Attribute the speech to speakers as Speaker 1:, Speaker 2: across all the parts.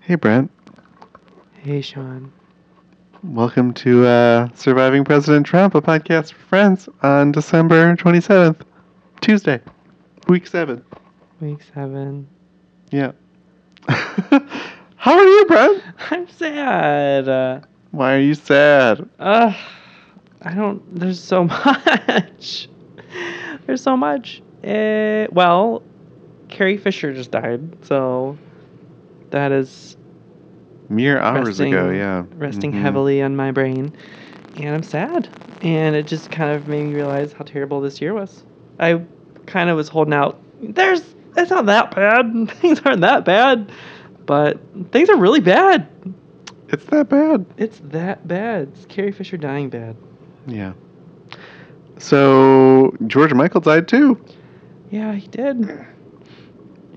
Speaker 1: Hey, Brent.
Speaker 2: Hey, Sean.
Speaker 1: Welcome to uh, Surviving President Trump, a podcast for friends on December 27th, Tuesday, week seven.
Speaker 2: Week seven.
Speaker 1: Yeah. How are you, Brent?
Speaker 2: I'm sad. Uh,
Speaker 1: Why are you sad?
Speaker 2: ugh. I don't. There's so much. there's so much. Eh, well, Carrie Fisher just died, so that is
Speaker 1: Mere hours
Speaker 2: resting,
Speaker 1: ago, yeah.
Speaker 2: resting
Speaker 1: Mhm.
Speaker 2: heavily on my brain, and I'm sad. And it just kind of made me realize how terrible this year was. I kind of was holding out. There's it's not that bad. Things aren't that bad, but things are really bad.
Speaker 1: It's that bad.
Speaker 2: It's that bad. It's Carrie Fisher dying bad.
Speaker 1: Yeah. So, George Michael died too.
Speaker 2: Yeah, he did.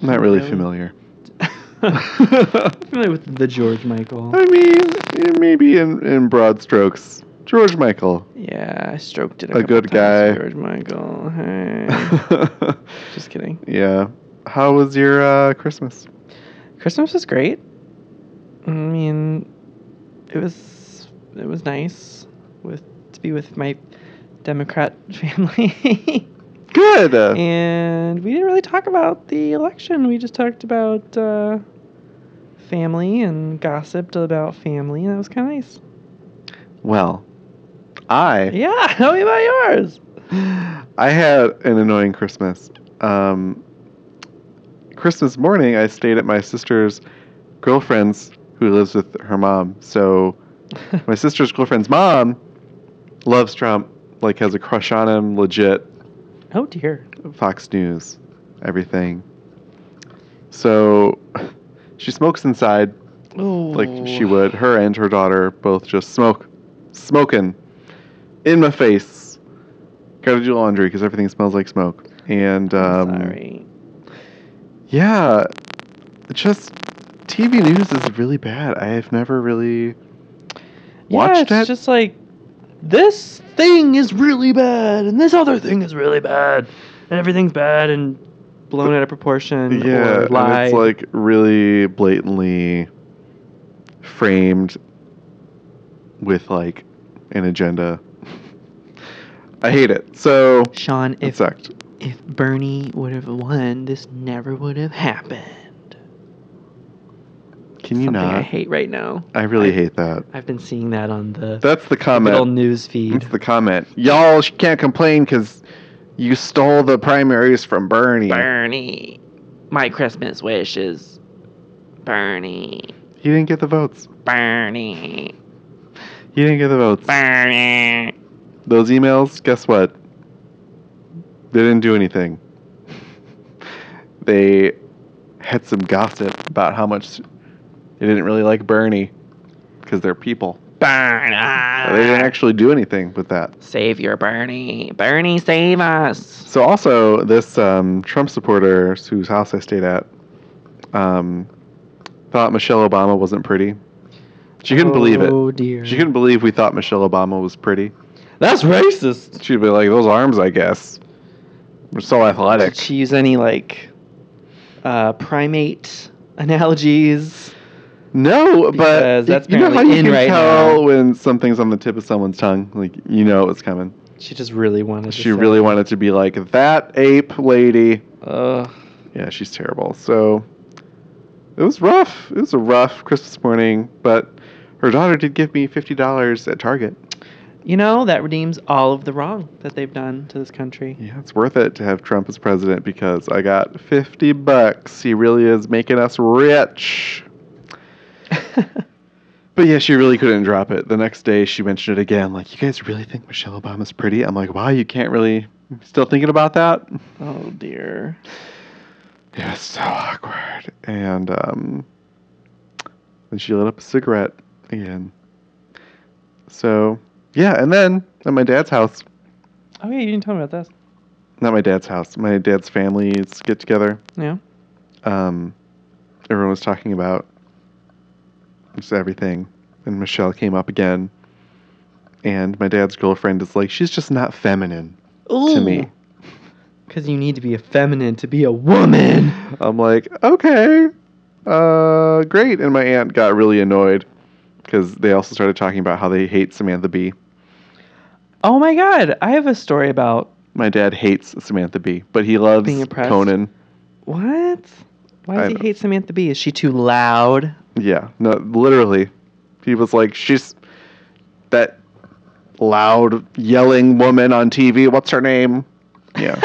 Speaker 1: Not really
Speaker 2: Really?
Speaker 1: familiar.
Speaker 2: familiar with the George Michael.
Speaker 1: I mean, yeah, maybe in, in broad strokes, George Michael.
Speaker 2: Yeah, I stroked it.
Speaker 1: A
Speaker 2: couple
Speaker 1: good
Speaker 2: times,
Speaker 1: guy.
Speaker 2: George Michael. Hey.
Speaker 1: yeah.
Speaker 2: Just kidding.
Speaker 1: How was your uh, Christmas?
Speaker 2: Christmas was great. I mean, it was it was nice with to be with my Democrat family.
Speaker 1: Good.
Speaker 2: and we didn't really talk about the election. We just talked about uh, family and gossiped about family, and that was kind of nice.
Speaker 1: well, I
Speaker 2: Yeah, tell me about yours.
Speaker 1: I had an annoying Christmas. Um, Christmas morning, I stayed at my sister's girlfriend's, who lives with her mom. So my sister's girlfriend's mom loves Trump, like has a crush on him, legit.
Speaker 2: oh dear.
Speaker 1: Fox News, everything. So she smokes inside
Speaker 2: Oh,
Speaker 1: like she would. Her and her daughter both just smoke, smoking in my face. Gotta do laundry because everything smells like smoke. And um,
Speaker 2: Sorry.
Speaker 1: yeah, just TV news is really bad. I have never really
Speaker 2: yeah,
Speaker 1: watched
Speaker 2: it's
Speaker 1: it.
Speaker 2: just like this thing is really bad, and this other thing is really bad, and everything's bad and blown out of proportion
Speaker 1: yeah,
Speaker 2: or lied.
Speaker 1: and it's like really blatantly framed with like an agenda. I hate it. So
Speaker 2: Sean,
Speaker 1: it
Speaker 2: if
Speaker 1: sucked.
Speaker 2: if Bernie would have won, this never would have happened.
Speaker 1: Can you
Speaker 2: Something
Speaker 1: not?
Speaker 2: I hate right now.
Speaker 1: I really
Speaker 2: I-
Speaker 1: hate that.
Speaker 2: I've been seeing that on the
Speaker 1: That's the
Speaker 2: little
Speaker 1: comment.
Speaker 2: news feed.
Speaker 1: That's the comment. Y'all sh- can't complain because you stole the primaries from Bernie.
Speaker 2: Bernie, my Christmas wish is Bernie,
Speaker 1: He didn't get the votes.
Speaker 2: Bernie,
Speaker 1: He didn't get the votes.
Speaker 2: Bernie.
Speaker 1: Those emails, guess what? They didn't do anything. They had some gossip about how much they didn't really like Bernie because they're people. They didn't
Speaker 2: Bernie.
Speaker 1: actually do anything with that.
Speaker 2: Save your Bernie. Bernie, save us.
Speaker 1: So also this um, Trump supporter whose house I stayed at um, thought Michelle Obama wasn't pretty. She couldn't believe it.
Speaker 2: Oh dear.
Speaker 1: She couldn't believe we thought Michelle Obama was pretty.
Speaker 2: That's racist.
Speaker 1: She'd be like, "Those arms, I guess, were so
Speaker 2: Did
Speaker 1: athletic."
Speaker 2: she use any like uh, primate analogies?
Speaker 1: No, but
Speaker 2: Because that's
Speaker 1: you know how
Speaker 2: apparently
Speaker 1: you
Speaker 2: in
Speaker 1: can
Speaker 2: right
Speaker 1: tell
Speaker 2: now.
Speaker 1: when something's on the tip of someone's tongue, like you know it was coming.
Speaker 2: She just really wanted.
Speaker 1: She really wanted to be like that ape lady.
Speaker 2: Uh,
Speaker 1: Yeah, she's terrible. So it was rough. It was a rough Christmas morning, but her daughter did give me fifty dollars at Target.
Speaker 2: you know that redeems all of the wrong that they've done to this country.
Speaker 1: Yeah, it's worth it to have Trump as president because I got fifty bucks. He really is making us rich. But yeah, she really couldn't drop it. The next day she mentioned it again, like, You guys really think Michelle Obama's pretty? I'm like, Wow, you can't really still thinking about that?
Speaker 2: oh dear.
Speaker 1: It was so awkward. And um, then she lit up a cigarette again. So, yeah. And then at my dad's house,
Speaker 2: Oh yeah, you didn't tell me about this.
Speaker 1: not my dad's house, my dad's family's get together,
Speaker 2: Yeah.
Speaker 1: um, everyone was talking about just everything. And Michelle came up again. And my dad's girlfriend is like, she's just not feminine
Speaker 2: Ooh.
Speaker 1: to me.
Speaker 2: Because you need to be effeminate to be a woman.
Speaker 1: I'm like, okay, uh, great. And my aunt got really annoyed because they also started talking about how they hate Samantha Bee.
Speaker 2: Oh my god, I have a story about
Speaker 1: My dad hates Samantha Bee, but he loves
Speaker 2: Being oppressed?
Speaker 1: Conan.
Speaker 2: what? Why does
Speaker 1: I
Speaker 2: he
Speaker 1: don't-
Speaker 2: hate Samantha Bee? Is she too loud?
Speaker 1: Yeah, no, literally. He was like, she's that loud yelling woman on TV. What's her name? Yeah,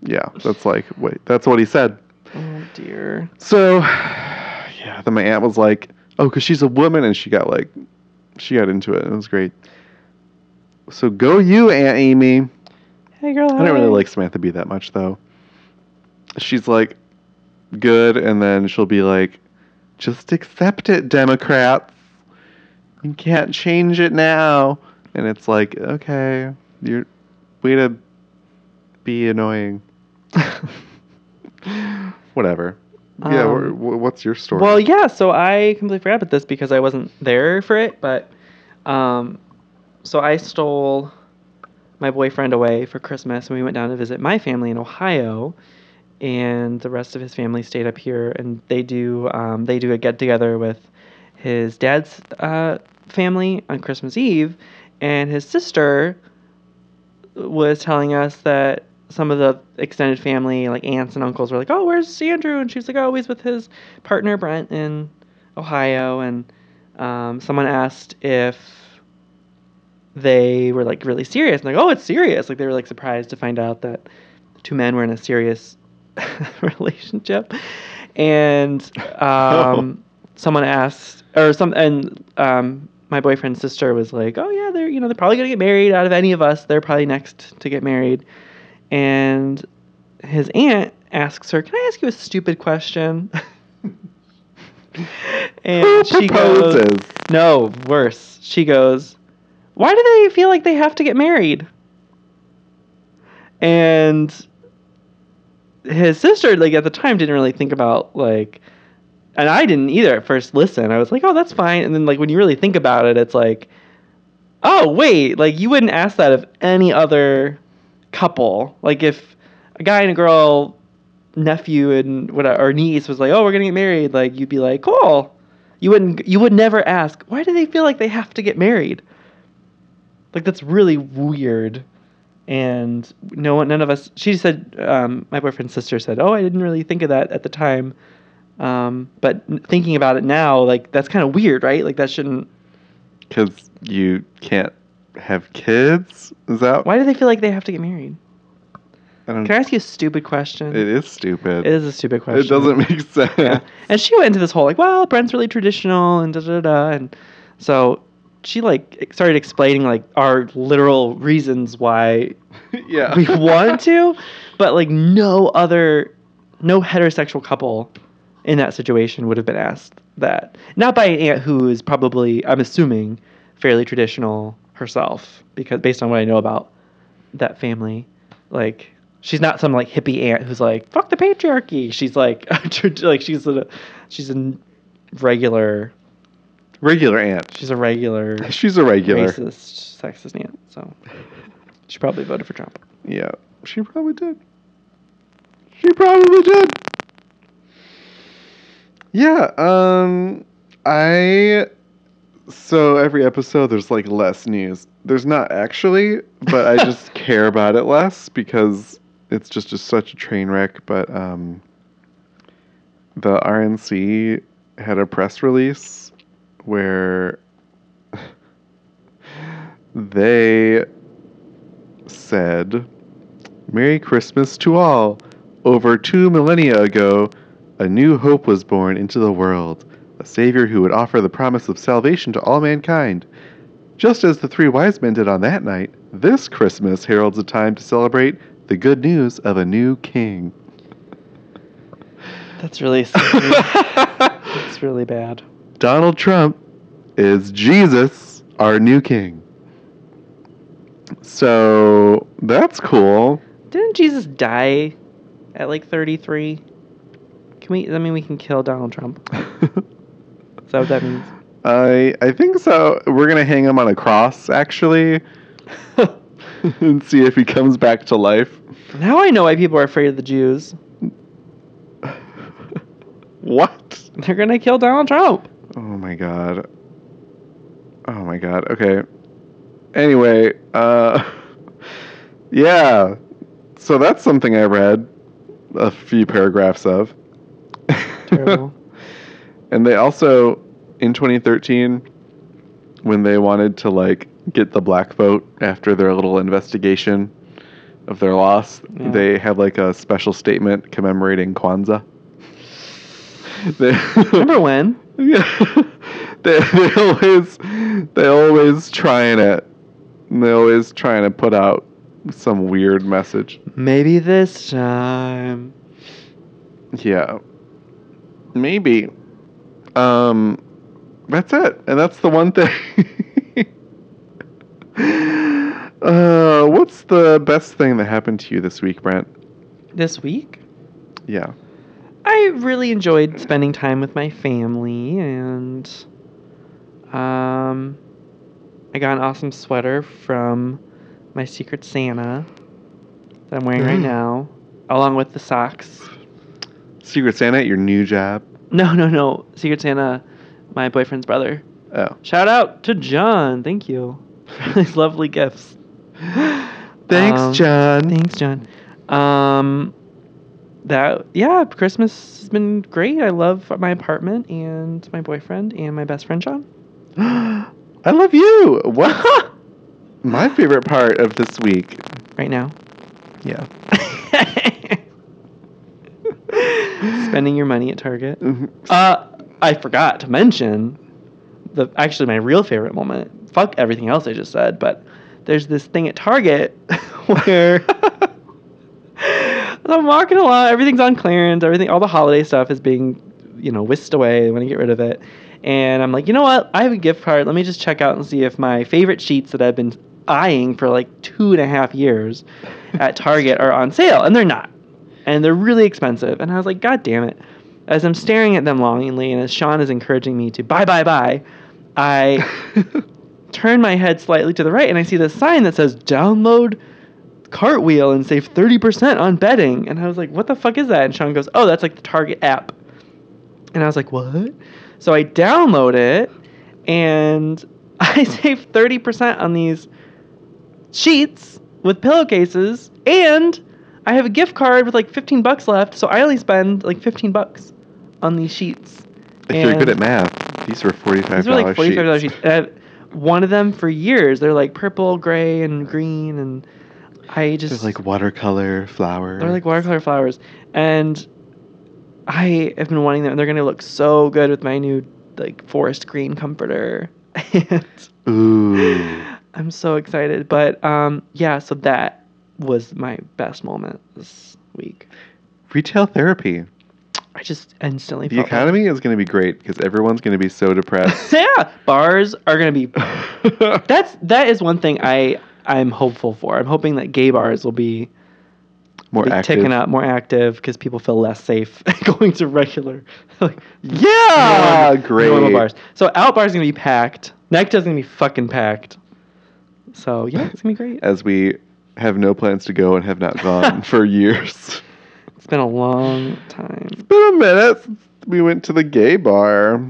Speaker 1: yeah. That's like, wait, that's what he said.
Speaker 2: Oh dear.
Speaker 1: So, yeah, then my aunt was like, oh, because she's a woman, and she got like, she got into it, and it was great. So go you, Aunt Amy.
Speaker 2: Hey girl.
Speaker 1: I don't
Speaker 2: hi.
Speaker 1: really like Samantha Bee that much though. She's like good and then she'll be like just accept it Democrats. You can't change it now. And it's like, okay, you're way to be annoying. Whatever. yeah,
Speaker 2: Um,
Speaker 1: wh- wh- what's your story?
Speaker 2: Well, yeah, so I completely forgot about this because I wasn't there for it, but um so I stole my boyfriend away for Christmas and we went down to visit my family in Ohio and the rest of his family stayed up here and they do um, they do a get together with his dad's uh, family on Christmas Eve and his sister was telling us that some of the extended family, like aunts and uncles, were like, "Oh, where's Andrew?" And she was like, "Oh, he's with his partner Brent in Ohio." And um, someone asked if they were like really serious, and like, "Oh, it's serious!" Like they were like surprised to find out that the two men were in a serious relationship. And um, someone asked, or some, and um, my boyfriend's sister was like, "Oh yeah, they're you know they're probably gonna get married. Out of any of us, they're probably next to get married." And his aunt asks her, "Can I ask you a stupid question?" and
Speaker 1: Who
Speaker 2: she goes,
Speaker 1: proposes?
Speaker 2: "No, worse." She goes, "Why do they feel like they have to get married?" And his sister, like at the time, didn't really think about like and I didn't either at first listen. I was like, oh, that's fine. And then like when you really think about it, it's like, oh wait, like you wouldn't ask that of any other couple. Like if a guy and a girl nephew and what or niece was like, oh, we're gonna get married, like you'd be like, cool. You wouldn't. You would never ask. Why do they feel like they have to get married? Like that's really weird. And no one, none of us. She said, um, my boyfriend's sister said, oh, I didn't really think of that at the time. Um, but n- thinking about it now, like that's kind of weird, right? Like that shouldn't.
Speaker 1: Cuz you can't have kids? Is that
Speaker 2: Why do they feel like they have to get married?
Speaker 1: I don't
Speaker 2: Can I ask you a stupid question?
Speaker 1: It is stupid.
Speaker 2: It is a stupid question.
Speaker 1: It doesn't make sense.
Speaker 2: Yeah. And she went into this whole like, well, Brent's really traditional and da da da, and so she like e, started explaining like our literal reasons why
Speaker 1: yeah.
Speaker 2: we want to, but like no other, no heterosexual couple in that situation would have been asked that. Not by an aunt who is probably, I'm assuming, fairly traditional herself, because based on what I know about that family, like she's not some like hippie aunt who's like fuck the patriarchy. She's like like she's a she's a regular
Speaker 1: regular aunt.
Speaker 2: she's a regular
Speaker 1: She's a regular.
Speaker 2: racist sexist aunt. So she probably voted for Trump.
Speaker 1: Yeah, she probably did. She probably did. Yeah, um I so every episode there's like less news. There's not actually, but I just care about it less because it's just, just such a train wreck, but um the RNC had a press release where they said, Merry Christmas to all. Over two millennia ago, a new hope was born into the world, a savior who would offer the promise of salvation to all mankind. Just as the three wise men did on that night, this Christmas heralds a time to celebrate the good news of a new king.
Speaker 2: That's really scary. That's really bad.
Speaker 1: Donald Trump is Jesus, our new king. So that's cool.
Speaker 2: Didn't Jesus die at like 33? Can we? I mean, we can kill Donald Trump. Is that what that means?
Speaker 1: I I think so. We're gonna hang him on a cross actually, and see if he comes back to life.
Speaker 2: now I know why people are afraid of the Jews.
Speaker 1: What?
Speaker 2: They're gonna kill Donald Trump.
Speaker 1: Oh my god. Oh my god. Okay. Anyway, uh yeah. So that's something I read a few paragraphs of.
Speaker 2: Terrible.
Speaker 1: and they also in 2013 when they wanted to like get the black vote after their little investigation of their loss,
Speaker 2: Yeah.
Speaker 1: they had like a special statement commemorating Kwanzaa. They-
Speaker 2: Remember when?
Speaker 1: yeah, they, they always they always trying it. They always trying to put out some weird message.
Speaker 2: Maybe this time.
Speaker 1: Yeah, maybe. Um, that's it, and that's the one thing. uh, what's the best thing that happened to you this week, Brent?
Speaker 2: This week?
Speaker 1: Yeah,
Speaker 2: I really enjoyed spending time with my family and um I got an awesome sweater from my Secret Santa that I'm wearing right
Speaker 1: Mm.
Speaker 2: now along with the socks.
Speaker 1: Secret Santa at your new job.
Speaker 2: No, no, no. Secret Santa, my boyfriend's brother.
Speaker 1: Oh,
Speaker 2: Shout out to John. Thank you for these lovely gifts.
Speaker 1: thanks,
Speaker 2: Um,
Speaker 1: John.
Speaker 2: Thanks, John. Um, that yeah, Christmas has been great. I love my apartment and my boyfriend and my best friend John.
Speaker 1: I love you. What? My favorite part of this week.
Speaker 2: Right now,
Speaker 1: Yeah.
Speaker 2: spending your money at Target.
Speaker 1: Mhm.
Speaker 2: Uh, I forgot to mention the actually my real favorite moment. Fuck everything else I just said, but there's this thing at Target where I'm walking along, everything's on clearance, everything, all the holiday stuff is being, you know, whisked away. I want to get rid of it, and I'm like, you know what? I have a gift card. Let me just check out and see if my favorite sheets that I've been eyeing for like two and a half years at Target are on sale, and they're not and they're really expensive. And I was like, God damn it. As I'm staring at them longingly, and as Sean is encouraging me to buy, buy, buy, I turn my head slightly to the right and I see this sign that says download Cartwheel and save 30% on betting. And I was like, what the fuck is that? And Sean goes, oh, that's like the Target app. And I was like, what? So I download it and I save 30% on these sheets with pillowcases and I have a gift card with like 15 bucks left, so I only spend like 15 bucks on these sheets.
Speaker 1: if you're good
Speaker 2: And-
Speaker 1: at math, these were forty-five
Speaker 2: these were
Speaker 1: dollars.
Speaker 2: like forty-five dollars sheets. And I've one of them for years. They're like purple, gray, and green, and I
Speaker 1: They're
Speaker 2: just
Speaker 1: like watercolor, flower.
Speaker 2: they're like watercolor flowers, and I have been wanting them. They're gonna look so good with my new like forest green comforter. and
Speaker 1: Ooh.
Speaker 2: I'm so excited. But um, yeah, so that was my best moment this week.
Speaker 1: Retail therapy.
Speaker 2: I just instantly
Speaker 1: The
Speaker 2: felt that.
Speaker 1: economy is going to be great because everyone's going to be so depressed.
Speaker 2: yeah, bars are gonna be That's that is one thing I I'm hopeful for. I'm hoping that gay bars will be
Speaker 1: More
Speaker 2: like,
Speaker 1: active.
Speaker 2: taken up, more active, because people feel less safe going to regular, like
Speaker 1: Yeah,
Speaker 2: normal-
Speaker 1: Ah, great.
Speaker 2: normal bars. So out bars gonna be packed. Necta's gonna be fucking packed. So yeah, it's gonna be great.
Speaker 1: As we have no plans to go and have not gone for years.
Speaker 2: It's been a long time.
Speaker 1: Been a minute since we went to the gay bar.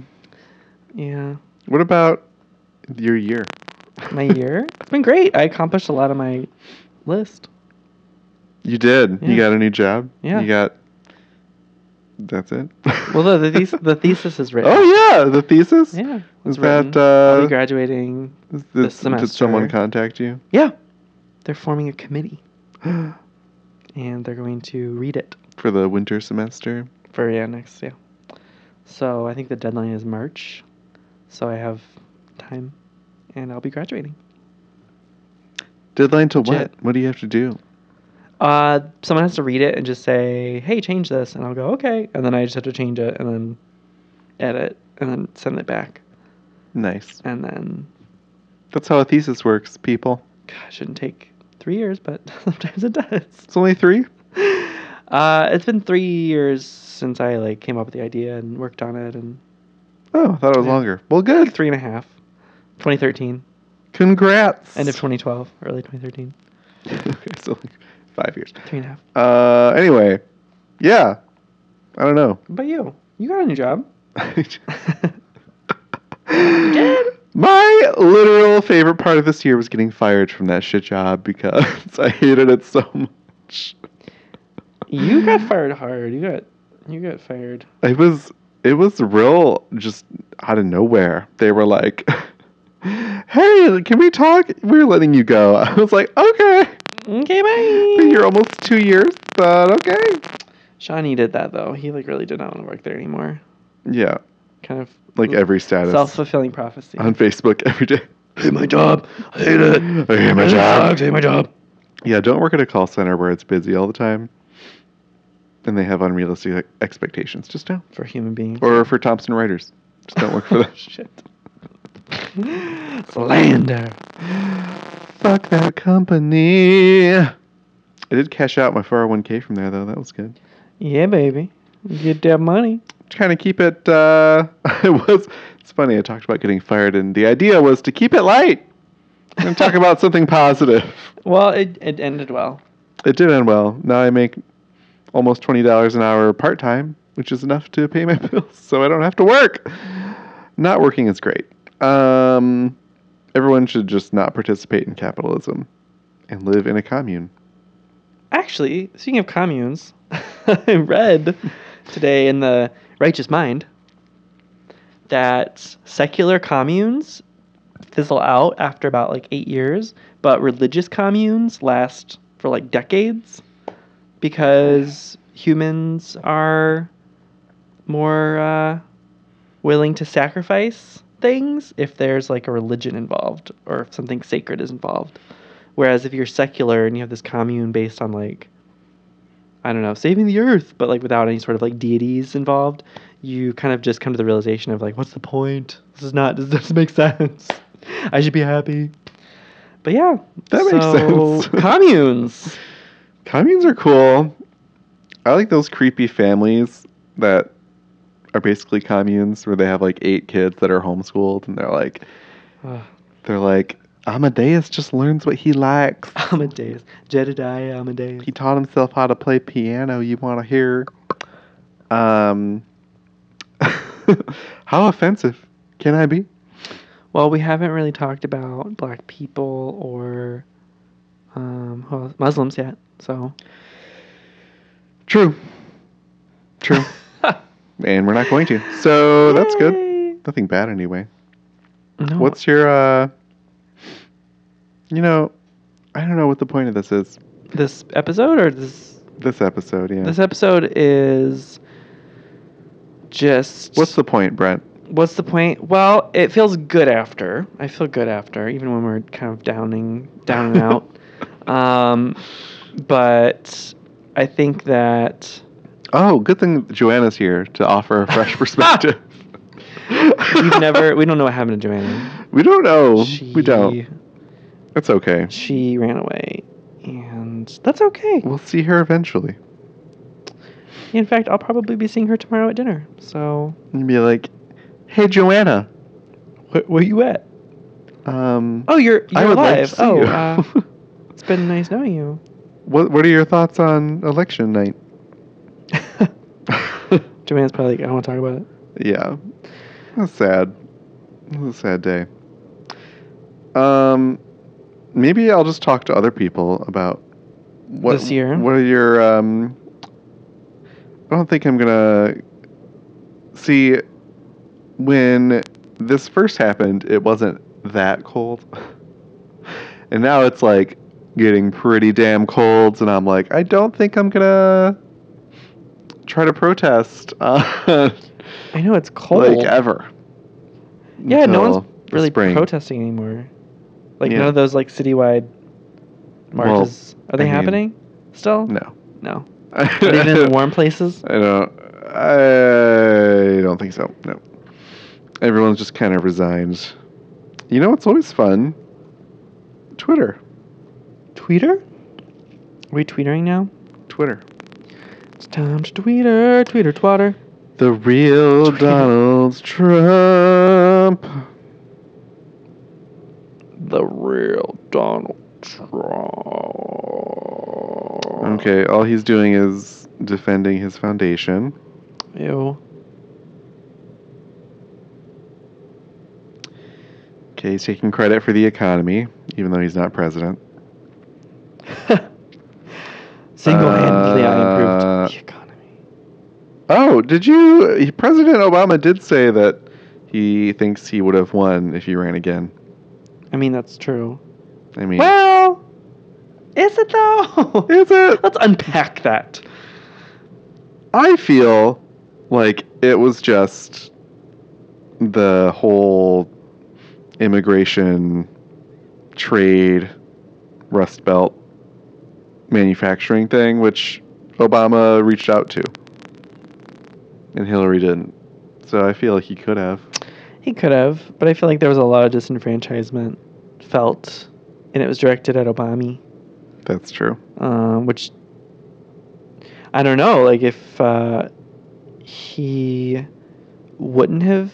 Speaker 2: Yeah,
Speaker 1: What about your year?
Speaker 2: my year. It's been great. I accomplished a lot of my list.
Speaker 1: You did. You
Speaker 2: Yeah.
Speaker 1: got a new job.
Speaker 2: Yeah.
Speaker 1: You got. That's it.
Speaker 2: Well, the the, thes- the thesis is written.
Speaker 1: oh yeah, the thesis.
Speaker 2: yeah.
Speaker 1: Is
Speaker 2: it's written.
Speaker 1: that
Speaker 2: I'll be
Speaker 1: uh?
Speaker 2: graduating.
Speaker 1: Is
Speaker 2: this
Speaker 1: this- did someone
Speaker 2: semester.
Speaker 1: contact you?
Speaker 2: Yeah, they're forming a committee.
Speaker 1: for
Speaker 2: and they're going to read it
Speaker 1: the winter semester.
Speaker 2: for yeah next yeah. So I think the deadline is March, so I have time, and I'll be graduating.
Speaker 1: Deadline to
Speaker 2: Jet.
Speaker 1: what? What do you have to do?
Speaker 2: Uh, someone has to read it and just say, "Hey, change this," and I'll go, "Okay," and then I just have to change it and then edit and then send it back
Speaker 1: Nice.
Speaker 2: and then
Speaker 1: That's how a thesis works, people.
Speaker 2: gosh, it shouldn't take three years, but sometimes it does.
Speaker 1: It's only three.
Speaker 2: Uh, it's been three years since I like came up with the idea and worked on it, and
Speaker 1: Oh, I thought it was
Speaker 2: Yeah.
Speaker 1: longer. Well, good.
Speaker 2: three and a half, 2013.
Speaker 1: Congrats.
Speaker 2: End of 2012, early 2013.
Speaker 1: okay, so like five years.
Speaker 2: Three and a half.
Speaker 1: Uh, anyway, yeah. I don't know.
Speaker 2: What about you? You got a new job.
Speaker 1: My literal favorite part of this year was getting fired from that shit job because I hated it so much.
Speaker 2: You got fired hard. You got you got fired.
Speaker 1: It was it was real just out of nowhere. They were like, "Hey, can we talk? We're letting you go." I was like, "Okay."
Speaker 2: Okay, bye.
Speaker 1: You're almost 2 years, but okay.
Speaker 2: Shawnee did that though. He like really did not want to work there anymore.
Speaker 1: Yeah,
Speaker 2: Kind of
Speaker 1: like every status
Speaker 2: self fulfilling prophecy.
Speaker 1: on Facebook every day.
Speaker 2: I hate my job. I hate it.
Speaker 1: I hate my
Speaker 2: It
Speaker 1: job.
Speaker 2: sucks. I hate my job.
Speaker 1: Yeah, don't work at a call center where it's busy all the time and they have unrealistic expectations. Just don't.
Speaker 2: For human beings.
Speaker 1: Or for Thompson Writers. Just don't work for them.
Speaker 2: Shit. Slander.
Speaker 1: Fuck that company. I did cash out my 401k from there, though. That was good.
Speaker 2: Yeah, baby. Get that money.
Speaker 1: Trying to keep it, uh, it was, it's funny. I talked about getting fired, and the idea was to keep it light and talk about something positive.
Speaker 2: Well, it, it ended well.
Speaker 1: It did end well. Now I make almost $20 an hour part time, which is enough to pay my bills, so I don't have to work. Not working is great. Um, everyone should just not participate in capitalism and live in a commune.
Speaker 2: Actually, speaking of communes, I read today in the Righteous Mind that secular communes fizzle out after about like eight years, but religious communes last for like decades because humans are more uh, willing to sacrifice things if there's like a religion involved or if something sacred is involved. Whereas if you're secular and you have this commune based on like, I don't know, saving the earth, but like without any sort of like deities involved, you kind of just come to the realization of like, what's the point? This is not. This doesn't make sense. I should be happy. But yeah,
Speaker 1: That makes sense.
Speaker 2: communes.
Speaker 1: Communes are cool. I like those creepy families that are basically communes where they have like eight kids that are homeschooled and they're like
Speaker 2: Ugh.
Speaker 1: they're like Amadeus just learns what he likes.
Speaker 2: Amadeus, Jedediah Amadeus.
Speaker 1: He taught himself how to play piano. You want to hear um how offensive can I be?
Speaker 2: Well, we haven't really talked about black people or um, who else? Muslims yet, so
Speaker 1: True. True. and we're not going to. So that's good.
Speaker 2: Yay.
Speaker 1: Nothing bad anyway.
Speaker 2: No,
Speaker 1: What's your uh You know, I don't know what the point of this is.
Speaker 2: this episode or this
Speaker 1: This episode, yeah.
Speaker 2: this episode is just
Speaker 1: What's the point, Brent?
Speaker 2: what's the point? Well, it feels good after. I feel good after, even when we're kind of downing down and out. Um, but I think that
Speaker 1: Oh, good thing Joanna's here to offer a fresh perspective.
Speaker 2: we've never we don't know what happened to Joanna.
Speaker 1: We don't know. We don't. It's okay.
Speaker 2: She ran away, and that's okay.
Speaker 1: We'll see her eventually.
Speaker 2: In fact, I'll probably be seeing her tomorrow at dinner. So
Speaker 1: And be like, "Hey, Joanna,
Speaker 2: where, where you at?
Speaker 1: um,
Speaker 2: Oh, you're you're
Speaker 1: I would like
Speaker 2: alive.
Speaker 1: to see
Speaker 2: oh,
Speaker 1: you.
Speaker 2: uh, it's been nice knowing you.
Speaker 1: what what are your thoughts on election night?"
Speaker 2: Joanne's probably like, I want to talk about it.
Speaker 1: Yeah. That's sad. It was a sad day. Um maybe I'll just talk to other people about what
Speaker 2: This year?
Speaker 1: What are your um I don't think I'm gonna see when this first happened it wasn't that cold. and now it's like getting pretty damn colds and I'm like, I don't think I'm gonna try to protest uh,
Speaker 2: I know it's cold.
Speaker 1: like ever.
Speaker 2: yeah, no
Speaker 1: Until
Speaker 2: one's really
Speaker 1: spring.
Speaker 2: protesting anymore. Like
Speaker 1: Yeah.
Speaker 2: none of those like citywide
Speaker 1: Well,
Speaker 2: marches are they
Speaker 1: I mean-
Speaker 2: happening still?
Speaker 1: No.
Speaker 2: No. Not even in warm places.
Speaker 1: I don't. I don't think so. No. Everyone's just kind of resigned. You know what's always fun? Twitter.
Speaker 2: Tweeter? Are we tweetering now?
Speaker 1: Twitter.
Speaker 2: It's time to tweeter, tweeter, twatter.
Speaker 1: The real
Speaker 2: Twitter.
Speaker 1: Donald Trump.
Speaker 2: The real Donald Trump.
Speaker 1: Okay, all he's doing is defending his foundation.
Speaker 2: Ew.
Speaker 1: Okay, he's taking credit for the economy, even though he's not president.
Speaker 2: Single-handedly, I
Speaker 1: Uh,
Speaker 2: improved the economy.
Speaker 1: Oh, did you? President Obama did say that he thinks he would have won if he ran again.
Speaker 2: I mean, that's true.
Speaker 1: I mean,
Speaker 2: Well, is it though?
Speaker 1: is it?
Speaker 2: Let's unpack that.
Speaker 1: I feel like it was just the whole immigration, trade, Rust Belt, manufacturing thing, which Obama reached out to, and Hillary didn't. So I feel like he could have.
Speaker 2: He could have, but I feel like there was a lot of disenfranchisement felt, and it was directed at Obama,
Speaker 1: That's true.
Speaker 2: uh, which I don't know. Like if uh, he wouldn't have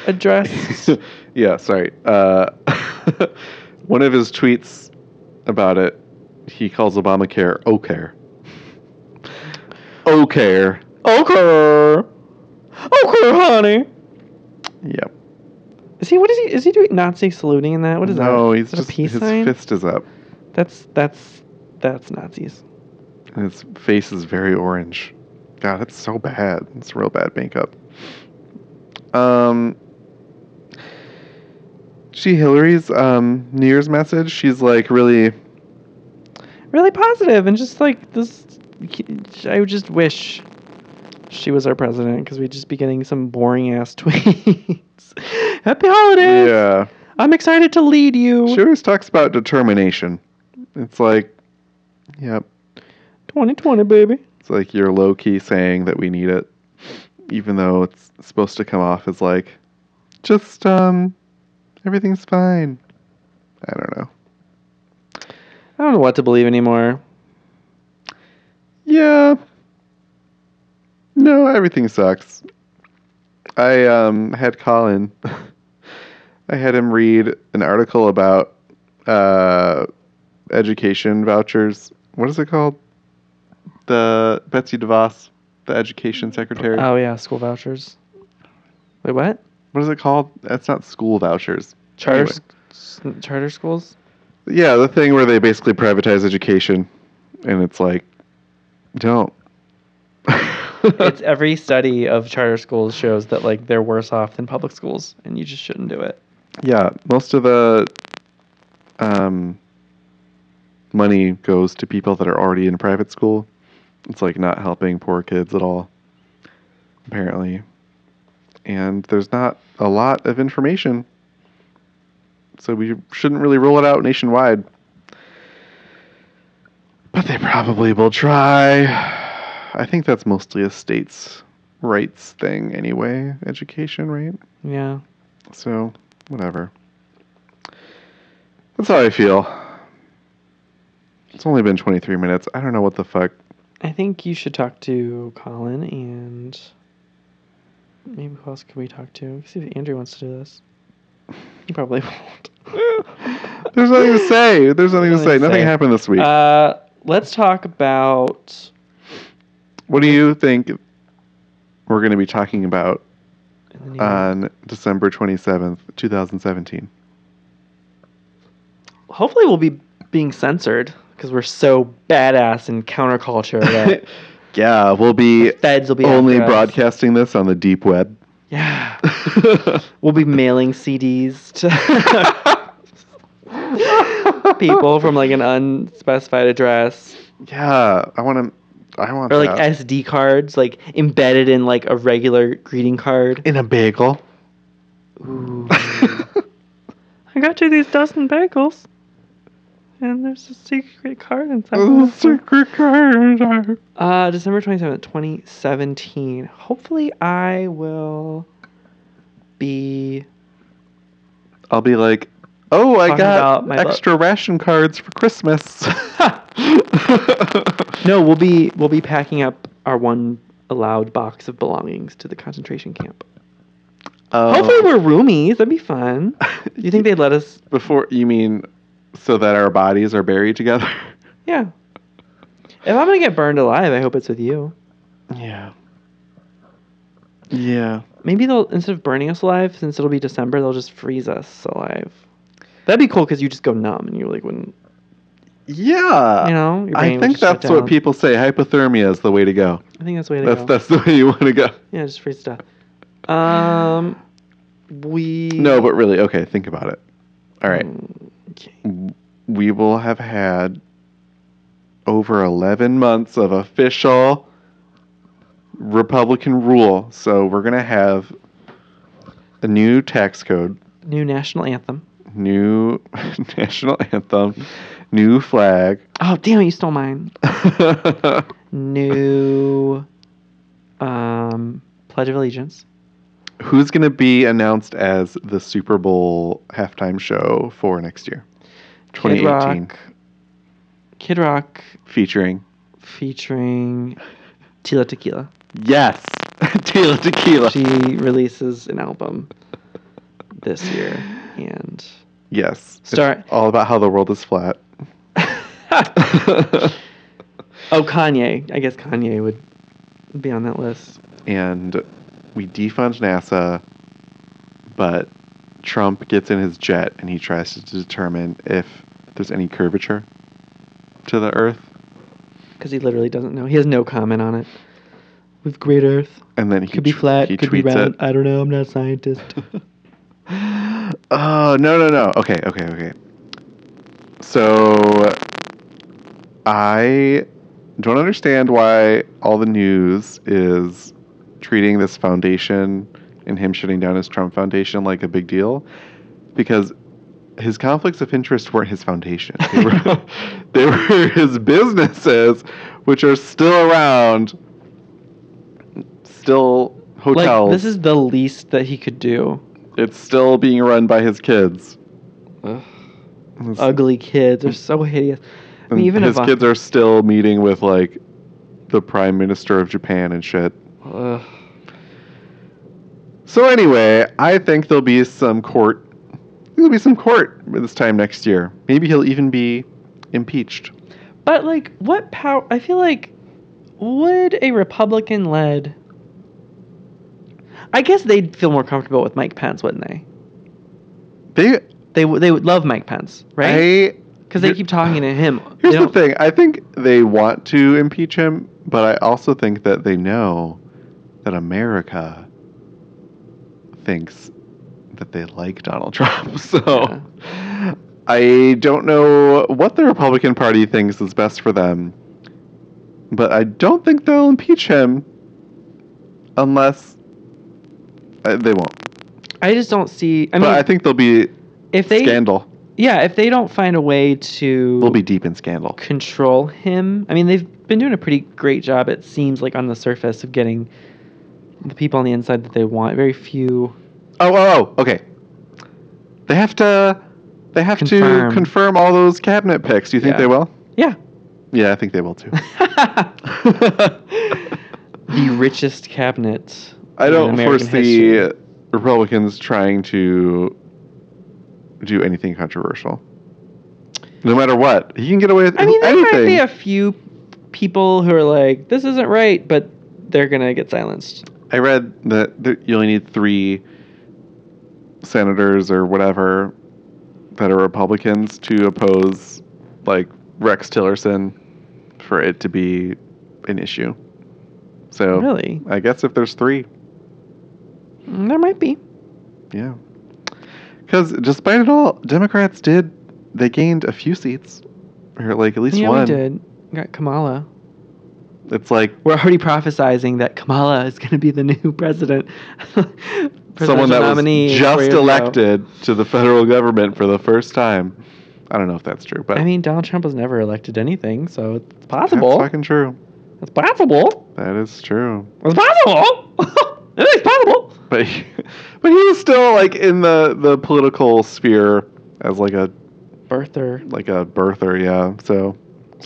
Speaker 2: addressed,
Speaker 1: yeah, sorry. Uh, one of his tweets about it, he calls Obamacare "Ocare." Ocare.
Speaker 2: okay, okay, honey.
Speaker 1: Yep.
Speaker 2: Is he? What is he? Is he doing Nazi saluting in that? What is that?
Speaker 1: no, he's
Speaker 2: Is that
Speaker 1: just
Speaker 2: a peace
Speaker 1: his
Speaker 2: sign?
Speaker 1: fist is up,
Speaker 2: That's that's that's Nazis.
Speaker 1: and his face is very orange. God, it's so bad. It's real bad makeup. Um. She Hillary's um, New Year's message. She's like really
Speaker 2: really positive and just like this i would just wish she was our president because we'd just be getting some boring ass tweets happy holidays
Speaker 1: yeah.
Speaker 2: i'm excited to lead you
Speaker 1: She always talks about determination. It's like, yep.
Speaker 2: 2020 baby
Speaker 1: It's like you're low key saying that we need it, even though it's supposed to come off as like, just um, everything's fine. I don't know.
Speaker 2: i don't know what to believe anymore
Speaker 1: Yeah. No, everything sucks. I um had Colin. I had him read an article about uh, education vouchers. What is it called? The Betsy DeVos, the education secretary.
Speaker 2: oh yeah school vouchers wait what
Speaker 1: what is it called? That's not school vouchers.
Speaker 2: charter
Speaker 1: Anyway.
Speaker 2: s- s- charter schools
Speaker 1: Yeah, the thing where they basically privatize education, and it's like, don't.
Speaker 2: it's every study of charter schools shows that like they're worse off than public schools and you just shouldn't do it
Speaker 1: Yeah, most of the um, money goes to people that are already in private school. It's like not helping poor kids at all, apparently. And there's not a lot of information. So we shouldn't really roll it out nationwide. But they probably will try. I think that's mostly a states' rights thing, anyway, education, right?
Speaker 2: yeah
Speaker 1: So, whatever. That's how I feel. It's only been 23 minutes. I don't know what the fuck.
Speaker 2: I think you should talk to Colin and maybe who else could we talk to? See if Andrew wants to do this. He probably won't.
Speaker 1: There's nothing to say. There's nothing to
Speaker 2: Nothing
Speaker 1: say.
Speaker 2: to
Speaker 1: Nothing
Speaker 2: say.
Speaker 1: happened this week.
Speaker 2: Uh, let's talk about
Speaker 1: what do you think we're going to be talking about
Speaker 2: in the new year.
Speaker 1: on December 27th, 2017?
Speaker 2: hopefully we'll be being censored because we're so badass and counterculture that
Speaker 1: yeah, we'll
Speaker 2: the
Speaker 1: be
Speaker 2: feds will be
Speaker 1: only
Speaker 2: after us.
Speaker 1: broadcasting this on the deep web.
Speaker 2: Yeah, we'll be mailing CDs to people from like an unspecified address.
Speaker 1: yeah, I want to. I want
Speaker 2: or like
Speaker 1: that.
Speaker 2: SD cards, like embedded in like a regular greeting card.
Speaker 1: in a bagel.
Speaker 2: Ooh. I got you these Dustin bagels, and there's a secret card inside.
Speaker 1: Oh, secret card.
Speaker 2: Uh, December twenty seventh, twenty seventeen. Hopefully, I will be.
Speaker 1: I'll be like, oh, I
Speaker 2: Talking
Speaker 1: got
Speaker 2: about my
Speaker 1: extra ration cards for Christmas.
Speaker 2: No, we'll be we'll be packing up our one allowed box of belongings to the concentration camp.
Speaker 1: Oh.
Speaker 2: Hopefully, we're roomies. That'd be fun. Do you think they'd let us?
Speaker 1: before you mean so that our bodies are buried together?
Speaker 2: Yeah. If I'm gonna get burned alive, I hope it's with you.
Speaker 1: Yeah. Yeah.
Speaker 2: Maybe they'll instead of burning us alive, since it'll be December, they'll just freeze us alive. That'd be cool because you just go numb and you like wouldn't,
Speaker 1: Yeah.
Speaker 2: you know. your brain
Speaker 1: Uh, I
Speaker 2: would
Speaker 1: think
Speaker 2: just shut
Speaker 1: that's what
Speaker 2: down.
Speaker 1: people say. Hypothermia is the way to go.
Speaker 2: I think that's the way to
Speaker 1: That's
Speaker 2: go.
Speaker 1: that's the way you want to go.
Speaker 2: Yeah, just freeze to death. Um, we
Speaker 1: No, but really, okay. Think about it. All right.
Speaker 2: Mm, okay.
Speaker 1: we will have had over 11 months of official Republican rule. So we're going to have a new tax code,
Speaker 2: New national anthem.
Speaker 1: new national anthem, new flag.
Speaker 2: Oh damn! it, You stole mine. New, um, Pledge of Allegiance.
Speaker 1: Who's going to be announced as the Super Bowl halftime show for next year? 2018.
Speaker 2: Kid Rock, Kid Rock
Speaker 1: Featuring.
Speaker 2: featuring Tila Tequila.
Speaker 1: Yes! Tequila Tequila.
Speaker 2: She releases an album this year, and
Speaker 1: yes. It's
Speaker 2: Star-
Speaker 1: all about how the world is flat.
Speaker 2: oh Kanye. I guess Kanye would be on that list.
Speaker 1: and we defund NASA, but Trump gets in his jet and he tries to determine if there's any curvature to the Earth.
Speaker 2: because he literally doesn't know. He has no comment on it. With Great Earth,
Speaker 1: And then he
Speaker 2: could be
Speaker 1: tw-
Speaker 2: flat,
Speaker 1: he
Speaker 2: could be
Speaker 1: tweets
Speaker 2: round.
Speaker 1: it.
Speaker 2: I don't know. I'm not a scientist.
Speaker 1: Oh no no no! Okay okay okay. So I don't understand why all the news is treating this foundation and him shutting down his Trump Foundation like a big deal, because his conflicts of interest weren't his foundation. They were, they were his businesses, which are still around, still hotels.
Speaker 2: like this is the least that he could do.
Speaker 1: It's still being run by his kids.
Speaker 2: Ugh.
Speaker 1: His-
Speaker 2: Ugly kids are so hideous. I mean,
Speaker 1: and
Speaker 2: Uh, even
Speaker 1: his
Speaker 2: if I-
Speaker 1: kids are still meeting with like the prime minister of Japan and shit.
Speaker 2: Ugh.
Speaker 1: So anyway, I think there'll be some court. There'll be some court this time next year. Maybe he'll even be impeached.
Speaker 2: But like, what power? I feel like would a Republican-led? I guess they'd feel more comfortable with Mike Pence, wouldn't they?
Speaker 1: They
Speaker 2: They w- they would love Mike Pence, right?
Speaker 1: I-
Speaker 2: Because they
Speaker 1: you're-
Speaker 2: keep talking to him. They
Speaker 1: Here's the
Speaker 2: don't-
Speaker 1: thing. I think they want to impeach him, but I also think that they know that America thinks that they like Donald Trump. So I don't know what the Republican Party thinks is best for them, but I don't think they'll impeach him unless uh, they won't.
Speaker 2: I just don't see. I
Speaker 1: but
Speaker 2: mean,
Speaker 1: I think there'll be
Speaker 2: if they
Speaker 1: scandal.
Speaker 2: yeah, if they don't find a way to
Speaker 1: We'll be deep in scandal.
Speaker 2: control him, I mean, they've been doing a pretty great job. It seems like on the surface of getting the people on the inside that they want. Very few.
Speaker 1: Oh, oh, oh, okay. They have to. They have
Speaker 2: Confirm.
Speaker 1: to confirm all those cabinet picks. Do you think
Speaker 2: Yeah.
Speaker 1: they will?
Speaker 2: Yeah,
Speaker 1: Yeah, I think they will too.
Speaker 2: the richest cabinet.
Speaker 1: I
Speaker 2: in
Speaker 1: don't
Speaker 2: American
Speaker 1: foresee
Speaker 2: history.
Speaker 1: Republicans trying to do anything controversial. No matter what, he can get away with
Speaker 2: I mean, there
Speaker 1: anything.
Speaker 2: might be a few people who are like, "This isn't right," but they're gonna get silenced.
Speaker 1: I read that th- you only need three senators or whatever that are Republicans to oppose, like Rex Tillerson, for it to be an issue. So
Speaker 2: Really,
Speaker 1: I guess if there's three,
Speaker 2: Mm, there might be.
Speaker 1: yeah. Because despite it all, Democrats did they gained a few seats, or like at least
Speaker 2: yeah,
Speaker 1: one.
Speaker 2: we did. Got Kamala.
Speaker 1: It's like
Speaker 2: We're already prophesizing that Kamala is going to be the new president.
Speaker 1: someone
Speaker 2: Presidential
Speaker 1: that
Speaker 2: nominee
Speaker 1: was
Speaker 2: is
Speaker 1: just
Speaker 2: Maria Barrow.
Speaker 1: elected to the federal government for the first time. I don't know if that's true, but
Speaker 2: I mean, Donald Trump was never elected anything, so it's
Speaker 1: That's
Speaker 2: possible.
Speaker 1: fucking true.
Speaker 2: it's possible.
Speaker 1: That is true.
Speaker 2: It's possible. it's possible.
Speaker 1: But he, but he was still like in the the political sphere as like a
Speaker 2: Birther.
Speaker 1: like a birther, yeah. So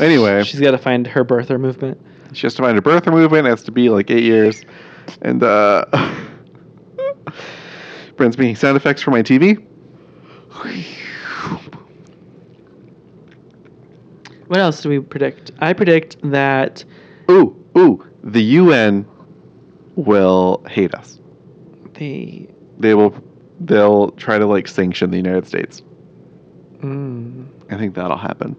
Speaker 1: anyway,
Speaker 2: she's got to find her birther movement.
Speaker 1: she has to find a birther movement. It has to be like eight years, and uh, Brent's making sound effects for my TV.
Speaker 2: What else do we predict? I predict that
Speaker 1: Ooh, ooh, the UN will hate us.
Speaker 2: They.
Speaker 1: They will they'll try to like sanction the United States.
Speaker 2: Mm,
Speaker 1: I think that'll happen.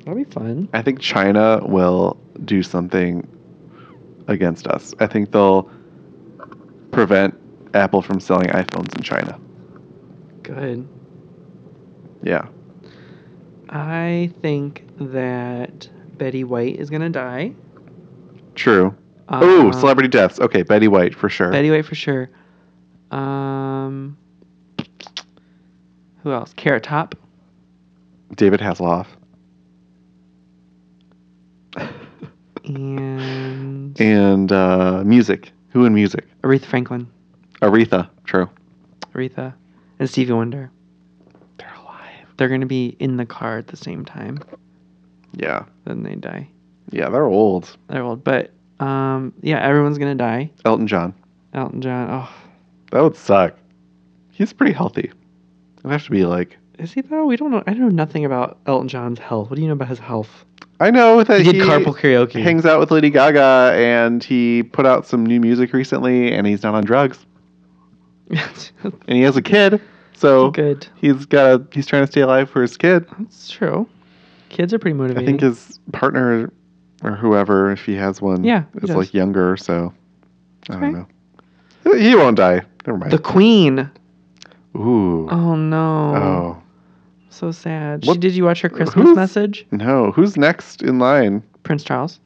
Speaker 2: that'll be fun.
Speaker 1: I think China will do something against us. I think they'll prevent Apple from selling iPhones in China.
Speaker 2: Good.
Speaker 1: Yeah.
Speaker 2: I think that Betty White is gonna die.
Speaker 1: True. oh,
Speaker 2: Uh,
Speaker 1: celebrity deaths. Okay, Betty White for sure.
Speaker 2: Betty White for sure. Um, who else? Carrot Top.
Speaker 1: David Hasselhoff.
Speaker 2: and
Speaker 1: And uh, music. Who in music?
Speaker 2: Aretha Franklin,
Speaker 1: Aretha. True.
Speaker 2: Aretha, and Stevie Wonder.
Speaker 1: They're alive.
Speaker 2: They're gonna be in the car at the same time.
Speaker 1: Yeah.
Speaker 2: Then they die.
Speaker 1: Yeah, they're old.
Speaker 2: They're old, but um, yeah, everyone's gonna die.
Speaker 1: Elton John.
Speaker 2: Elton John. Oh,
Speaker 1: That would suck. He's pretty healthy. It'd have to be like
Speaker 2: is he though? We don't know. I know nothing about Elton John's health. What do you know about his health?
Speaker 1: I know that
Speaker 2: He
Speaker 1: he,
Speaker 2: did carpool karaoke.
Speaker 1: hangs out with Lady Gaga and he put out some new music recently and he's not on drugs and he has a kid. So
Speaker 2: Good.
Speaker 1: he's got a, he's trying to stay alive for his kid.
Speaker 2: That's true. Kids are pretty
Speaker 1: I
Speaker 2: motivating.
Speaker 1: think his partner or whoever, if he has one,
Speaker 2: Yeah, he
Speaker 1: is
Speaker 2: does.
Speaker 1: like younger. So I don't
Speaker 2: Okay.
Speaker 1: know. He won't die. Never mind.
Speaker 2: the Queen.
Speaker 1: Ooh.
Speaker 2: Oh no.
Speaker 1: Oh.
Speaker 2: So sad. She,
Speaker 1: What-
Speaker 2: did you watch her Christmas
Speaker 1: who's-
Speaker 2: message?
Speaker 1: No. Who's next in line?
Speaker 2: Prince Charles.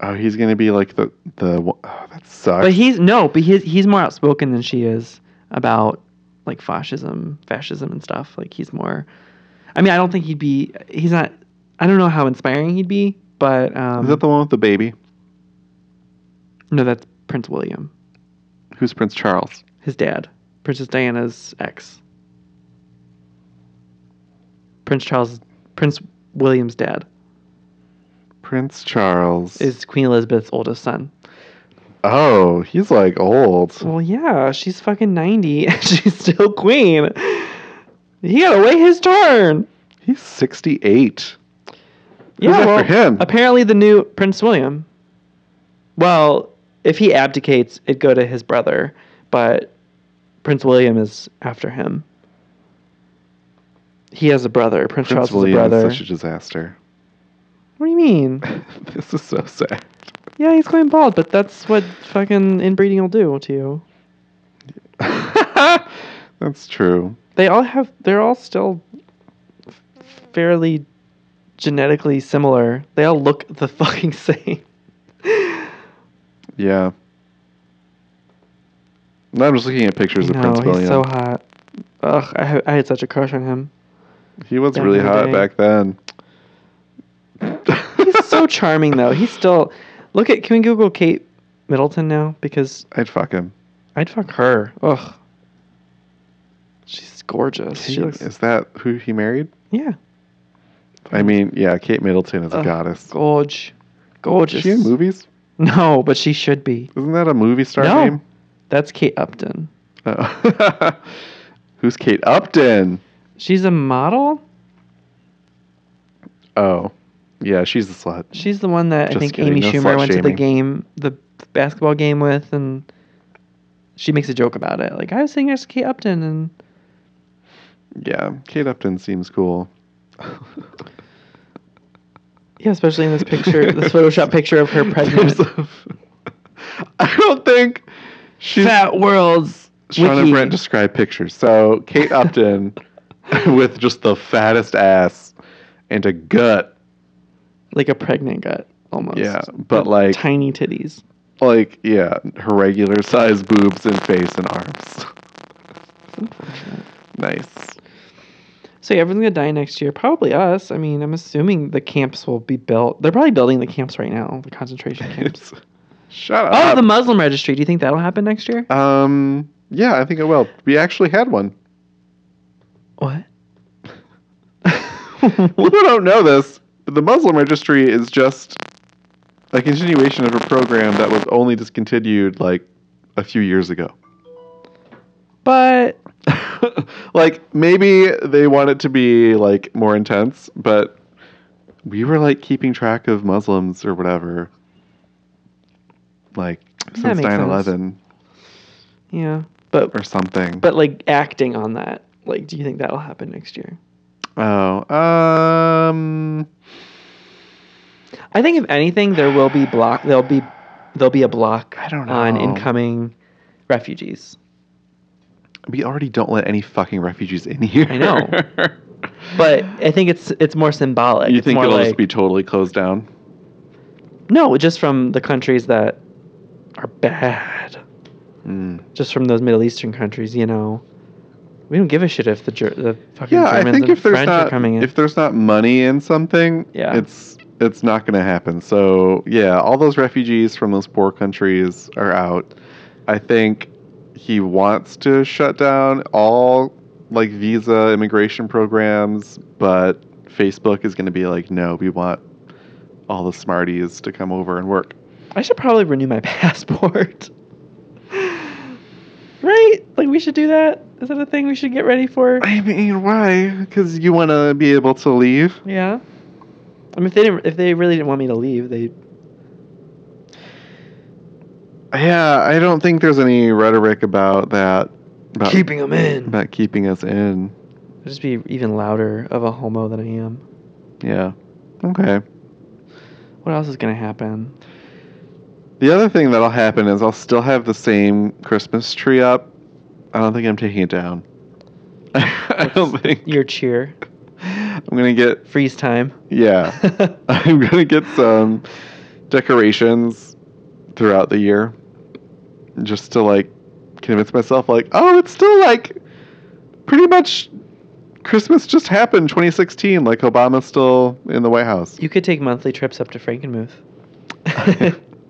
Speaker 1: Oh, he's gonna be like the the. one- Oh, that sucks.
Speaker 2: But he's no, but he's he's more outspoken than she is about like fascism, fascism and stuff. Like he's more. I mean, I don't think he'd be. He's not. I don't know how inspiring he'd be, but um,
Speaker 1: is that the one with the baby?
Speaker 2: no, that's Prince William,
Speaker 1: Who's Prince Charles?
Speaker 2: his dad, Princess Diana's ex. Prince Charles, Prince William's dad
Speaker 1: Prince Charles
Speaker 2: is Queen Elizabeth's oldest son.
Speaker 1: Oh, he's like old.
Speaker 2: Well, yeah, she's fucking ninety and she's still queen. He gotta wait his turn.
Speaker 1: He's 68. Who's
Speaker 2: Yeah,
Speaker 1: after
Speaker 2: well,
Speaker 1: him?
Speaker 2: apparently the new Prince William. Well, if he abdicates, it go to his brother, but Prince William is after him. He has a brother. Prince,
Speaker 1: Prince
Speaker 2: Charles
Speaker 1: William
Speaker 2: is a brother.
Speaker 1: is such a disaster.
Speaker 2: What do you mean?
Speaker 1: this is so sad.
Speaker 2: Yeah, he's going bald, but that's what fucking inbreeding will do to you.
Speaker 1: That's true.
Speaker 2: They all have. They're all still f- fairly genetically similar. They all look the fucking same.
Speaker 1: Yeah. No, I'm just looking at pictures of
Speaker 2: no,
Speaker 1: Prince William.
Speaker 2: he's so hot. Ugh, I, ha- I had such a crush on him.
Speaker 1: he was
Speaker 2: back
Speaker 1: really
Speaker 2: in the
Speaker 1: hot
Speaker 2: day.
Speaker 1: back then.
Speaker 2: He's so charming, though. He's still. Look at. Can we Google Kate Middleton now? Because
Speaker 1: I'd fuck him.
Speaker 2: I'd fuck her. Ugh. She's gorgeous. She
Speaker 1: He-
Speaker 2: looks.
Speaker 1: is that who he married?
Speaker 2: Yeah.
Speaker 1: I mean, yeah, Kate Middleton is a
Speaker 2: Ugh,
Speaker 1: goddess.
Speaker 2: Gorge.
Speaker 1: Is
Speaker 2: Gorgeous.
Speaker 1: she in movies?
Speaker 2: No, but she should be.
Speaker 1: Isn't that a movie star
Speaker 2: No.
Speaker 1: name?
Speaker 2: That's Kate Upton.
Speaker 1: Oh. Who's Kate Upton?
Speaker 2: She's a model.
Speaker 1: Oh, yeah, she's a slut.
Speaker 2: She's the one that I
Speaker 1: Just
Speaker 2: think
Speaker 1: kidding,
Speaker 2: Amy
Speaker 1: no
Speaker 2: Schumer
Speaker 1: slut
Speaker 2: went to the
Speaker 1: shaming.
Speaker 2: game, the basketball game with, and she makes a joke about it. Like I was sitting next to Kate Upton, and
Speaker 1: Yeah, Kate Upton seems cool.
Speaker 2: yeah, especially in this picture, this Photoshop picture of her pregnant.
Speaker 1: I don't think she's.
Speaker 2: Fat World's
Speaker 1: Sean and
Speaker 2: Wiki.
Speaker 1: Brent describe pictures. So Kate Upton with just the fattest ass and a gut.
Speaker 2: like a pregnant gut almost.
Speaker 1: Yeah, but like,
Speaker 2: tiny titties.
Speaker 1: like yeah, her regular size boobs and face and arms. nice.
Speaker 2: So yeah, everyone's gonna die next year. Probably us. I mean, I'm assuming the camps will be built. They're probably building the camps right now, the concentration camps.
Speaker 1: It's, shut
Speaker 2: oh,
Speaker 1: up.
Speaker 2: the Muslim registry. Do you think that'll happen next year?
Speaker 1: um. Yeah, I think it will. We actually had one.
Speaker 2: What?
Speaker 1: People don't know this, but the Muslim Registry is just a continuation of a program that was only discontinued like a few years ago.
Speaker 2: but
Speaker 1: like maybe they want it to be like more intense, but we were like keeping track of Muslims or whatever. Like since
Speaker 2: makes sense.
Speaker 1: 9/11
Speaker 2: Yeah. But
Speaker 1: or something.
Speaker 2: but like acting on that, like do you think that'll happen next year?
Speaker 1: oh, um,
Speaker 2: I think if anything, there will be block. There'll be there'll be a block
Speaker 1: I don't
Speaker 2: on
Speaker 1: know.
Speaker 2: incoming refugees.
Speaker 1: we already don't let any fucking refugees in here.
Speaker 2: I know. But I think it's it's more symbolic.
Speaker 1: you
Speaker 2: It's
Speaker 1: think
Speaker 2: more
Speaker 1: it'll just
Speaker 2: like-
Speaker 1: be totally closed down?
Speaker 2: no, just from the countries that are bad.
Speaker 1: Mm.
Speaker 2: Just from those Middle Eastern countries, you know. We don't give a shit if the Ger- the fucking
Speaker 1: Yeah, I
Speaker 2: Germans
Speaker 1: think
Speaker 2: and
Speaker 1: if there's
Speaker 2: French are
Speaker 1: not
Speaker 2: coming in.
Speaker 1: if there's not money in something,
Speaker 2: Yeah.
Speaker 1: it's it's not going to happen. So yeah, all those refugees from those poor countries are out. I think he wants to shut down all like visa immigration programs, but Facebook is going to be like, no, we want all the smarties to come over and work.
Speaker 2: I should probably renew my passport. right? Like we should do that. Is that a thing we should get ready for?
Speaker 1: I mean, why? Because you want to be able to leave.
Speaker 2: Yeah. I mean, if they didn't, if they really didn't want me to leave, they.
Speaker 1: Yeah, I don't think there's any rhetoric about that. About
Speaker 2: Keeping 'em in.
Speaker 1: About keeping us in.
Speaker 2: I'd just be even louder of a homo than I am.
Speaker 1: Yeah. Okay.
Speaker 2: What else is gonna happen?
Speaker 1: The other thing that'll happen is I'll still have the same Christmas tree up. I don't think I'm taking it down. I don't think
Speaker 2: Your cheer.
Speaker 1: I'm gonna get
Speaker 2: Freeze time.
Speaker 1: yeah. I'm gonna get some decorations throughout the year, just to like convince myself, like, oh, it's still like pretty much Christmas just happened, 2016. Like Obama's still in the White House.
Speaker 2: you could take monthly trips up to Frankenmuth.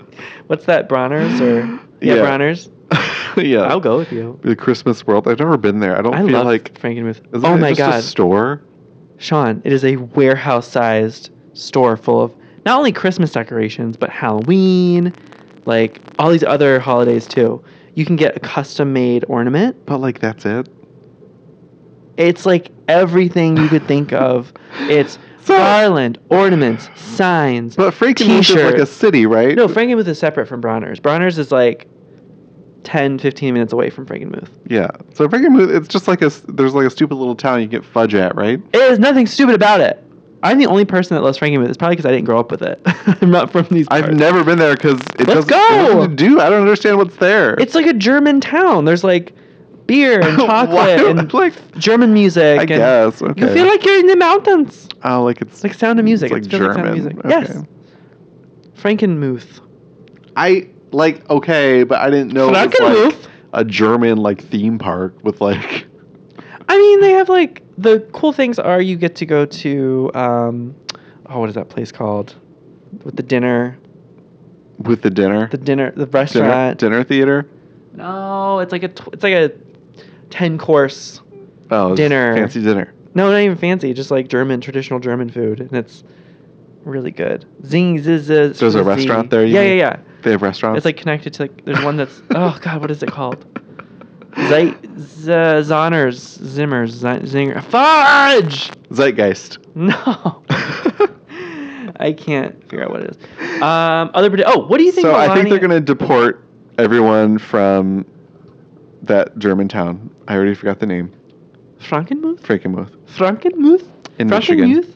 Speaker 2: What's that, Bronner's or yeah,
Speaker 1: Yeah.
Speaker 2: Bronner's?
Speaker 1: yeah,
Speaker 2: I'll go with you.
Speaker 1: The Christmas world. I've never been there. I don't
Speaker 2: I
Speaker 1: feel
Speaker 2: love
Speaker 1: like.
Speaker 2: Frankenmuth.
Speaker 1: Isn't
Speaker 2: Oh
Speaker 1: it
Speaker 2: my
Speaker 1: just a
Speaker 2: god,
Speaker 1: store.
Speaker 2: Sean! It is a warehouse-sized store full of not only Christmas decorations but Halloween, like all these other holidays too. You can get a custom-made ornament.
Speaker 1: But like that's it.
Speaker 2: It's like everything you could think of. It's
Speaker 1: So-
Speaker 2: garland, ornaments, signs.
Speaker 1: But Frankenmuth is like a
Speaker 2: T-shirt.
Speaker 1: city, right?
Speaker 2: No, Frankenmuth is separate from Bronner's. Bronner's is like 10, 15 minutes away from Frankenmuth.
Speaker 1: Yeah. So Frankenmuth, it's just like a s- there's like a stupid little town you get fudge at, right?
Speaker 2: There's nothing stupid about it. I'm the only person that loves Frankenmuth. It's probably because I didn't grow up with it. I'm not from these parts.
Speaker 1: I've never been there because it
Speaker 2: Let's
Speaker 1: doesn't there's
Speaker 2: go!
Speaker 1: nothing to do. I don't understand what's there.
Speaker 2: It's like a German town. There's like beer and
Speaker 1: Why
Speaker 2: chocolate
Speaker 1: do I-
Speaker 2: and
Speaker 1: like
Speaker 2: German music.
Speaker 1: I
Speaker 2: and
Speaker 1: guess. Okay.
Speaker 2: You feel like you're in the mountains.
Speaker 1: oh, like it's
Speaker 2: It's like Sound of
Speaker 1: It's
Speaker 2: Music.
Speaker 1: like
Speaker 2: It feels Sound
Speaker 1: German.
Speaker 2: of Music.
Speaker 1: Okay.
Speaker 2: Yes. Frankenmuth.
Speaker 1: I like okay, but I didn't know it was
Speaker 2: Frankenmuth.
Speaker 1: like a German like theme park with like
Speaker 2: I mean, they have like the cool things are you get to go to um, oh, what is that place called? With the dinner,
Speaker 1: with the dinner,
Speaker 2: the dinner, the
Speaker 1: dinner,
Speaker 2: restaurant.
Speaker 1: dinner theater.
Speaker 2: No, it's like a tw- it's like a ten course.
Speaker 1: Oh, it's
Speaker 2: Dinner.
Speaker 1: fancy dinner.
Speaker 2: No, not even fancy, just like German traditional German food, and it's really good. Zing ziz. ziz
Speaker 1: There's a
Speaker 2: zizzy.
Speaker 1: restaurant there, you
Speaker 2: Yeah,
Speaker 1: mean? Oh.
Speaker 2: yeah,
Speaker 1: They have restaurants.
Speaker 2: yeah. It's like connected to like there's one that's oh god, what is it called? Zeit Z- Zonners Zimmers Z- Zinger Fudge.
Speaker 1: Zeitgeist.
Speaker 2: No. I can't figure out what it is. Um, other predi- oh, what do you think?
Speaker 1: So I think
Speaker 2: Melania-
Speaker 1: they're gonna deport everyone from that German town. I already forgot the name.
Speaker 2: Frankenmuth.
Speaker 1: Frankenmuth.
Speaker 2: Frankenmuth.
Speaker 1: In
Speaker 2: Frankenmuth.
Speaker 1: Michigan.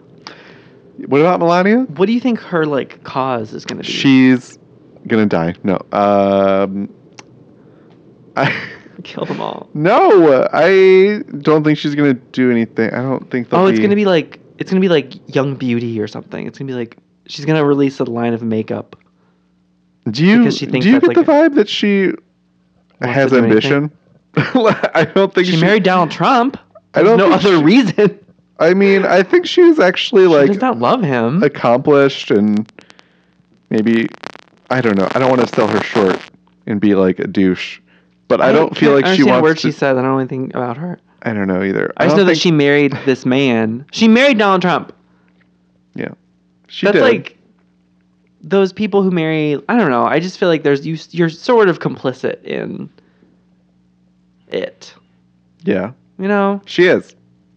Speaker 1: What about Melania?
Speaker 2: What do you think her like cause is going to be?
Speaker 1: She's gonna die. No. Um I
Speaker 2: kill them all.
Speaker 1: No, I don't think she's gonna do anything. I don't think they'll
Speaker 2: oh, it's going to be like it's going to be like Young Beauty or something. It's going to be like she's going to release a line of makeup.
Speaker 1: Do you
Speaker 2: because she thinks
Speaker 1: do you
Speaker 2: that's
Speaker 1: get the
Speaker 2: like
Speaker 1: vibe that she
Speaker 2: to
Speaker 1: has
Speaker 2: do
Speaker 1: ambition? I don't think
Speaker 2: She, married Donald Trump.
Speaker 1: I
Speaker 2: There's
Speaker 1: don't
Speaker 2: no
Speaker 1: think
Speaker 2: other
Speaker 1: she-
Speaker 2: reason.
Speaker 1: I mean, I think she's actually
Speaker 2: Like,
Speaker 1: like
Speaker 2: she does not love him.
Speaker 1: accomplished and maybe I don't know. I don't want to sell her short and be like a douche, but I, don't feel like
Speaker 2: can't
Speaker 1: she
Speaker 2: understand a
Speaker 1: wants
Speaker 2: word
Speaker 1: to.
Speaker 2: she says. I don't know anything about her.
Speaker 1: I don't know either.
Speaker 2: I just
Speaker 1: don't
Speaker 2: know that
Speaker 1: think-
Speaker 2: she married this man. She married Donald Trump.
Speaker 1: Yeah, she
Speaker 2: That's
Speaker 1: did.
Speaker 2: like those people who marry. I don't know. I just feel like there's you. You're sort of complicit in it.
Speaker 1: yeah,
Speaker 2: You know,
Speaker 1: she is.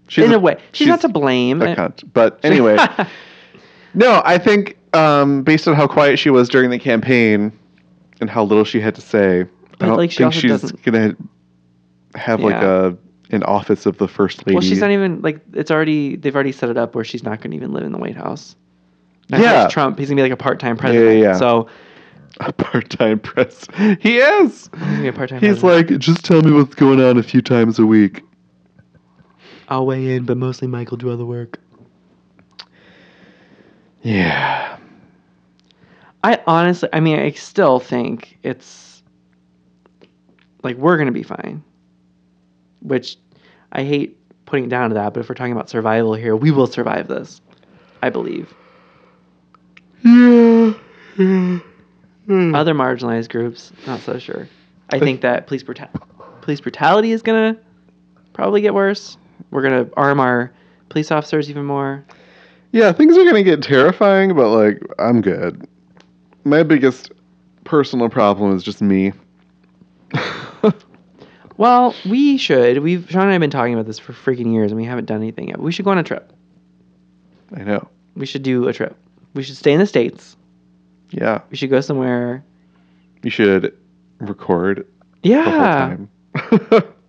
Speaker 1: She's
Speaker 2: in a, way, she's, not to
Speaker 1: she's
Speaker 2: blame.
Speaker 1: a cunt. But anyway, no, I think um, based on how quiet she was during the campaign, and how little she had to say.
Speaker 2: But,
Speaker 1: I don't
Speaker 2: like, she
Speaker 1: think
Speaker 2: also
Speaker 1: she's
Speaker 2: doesn't-
Speaker 1: gonna have like
Speaker 2: Yeah.
Speaker 1: a an office of the first lady.
Speaker 2: Well, she's not even like it's already they've already set it up where she's not going to even live in the White House. Not
Speaker 1: Yeah.
Speaker 2: like Trump. He's gonna be like a part-time
Speaker 1: yeah,
Speaker 2: president.
Speaker 1: yeah.
Speaker 2: So
Speaker 1: a part-time press. He is.
Speaker 2: he's gonna be a part-time.
Speaker 1: He's
Speaker 2: president.
Speaker 1: like, just tell me what's going on a few times a week.
Speaker 2: I'll weigh in, but mostly Michael do all the work.
Speaker 1: Yeah.
Speaker 2: I honestly, I mean, I still think it's like we're gonna be fine. Which I hate putting it down to that, but if we're talking about survival here, we will survive this. I believe.
Speaker 1: Yeah.
Speaker 2: Other marginalized groups, not so sure. I think that police bruta- police brutality is gonna probably get worse. We're gonna arm our police officers even more.
Speaker 1: Yeah, things are gonna get terrifying, but like, I'm good. My biggest personal problem is just me.
Speaker 2: Well, we should. We've Sean and I have been talking about this for freaking years, and we haven't done anything yet. We should go on a trip.
Speaker 1: I know.
Speaker 2: We should do a trip. We should stay in the states.
Speaker 1: Yeah,
Speaker 2: We should go somewhere.
Speaker 1: you should record the
Speaker 2: Yeah.
Speaker 1: whole time.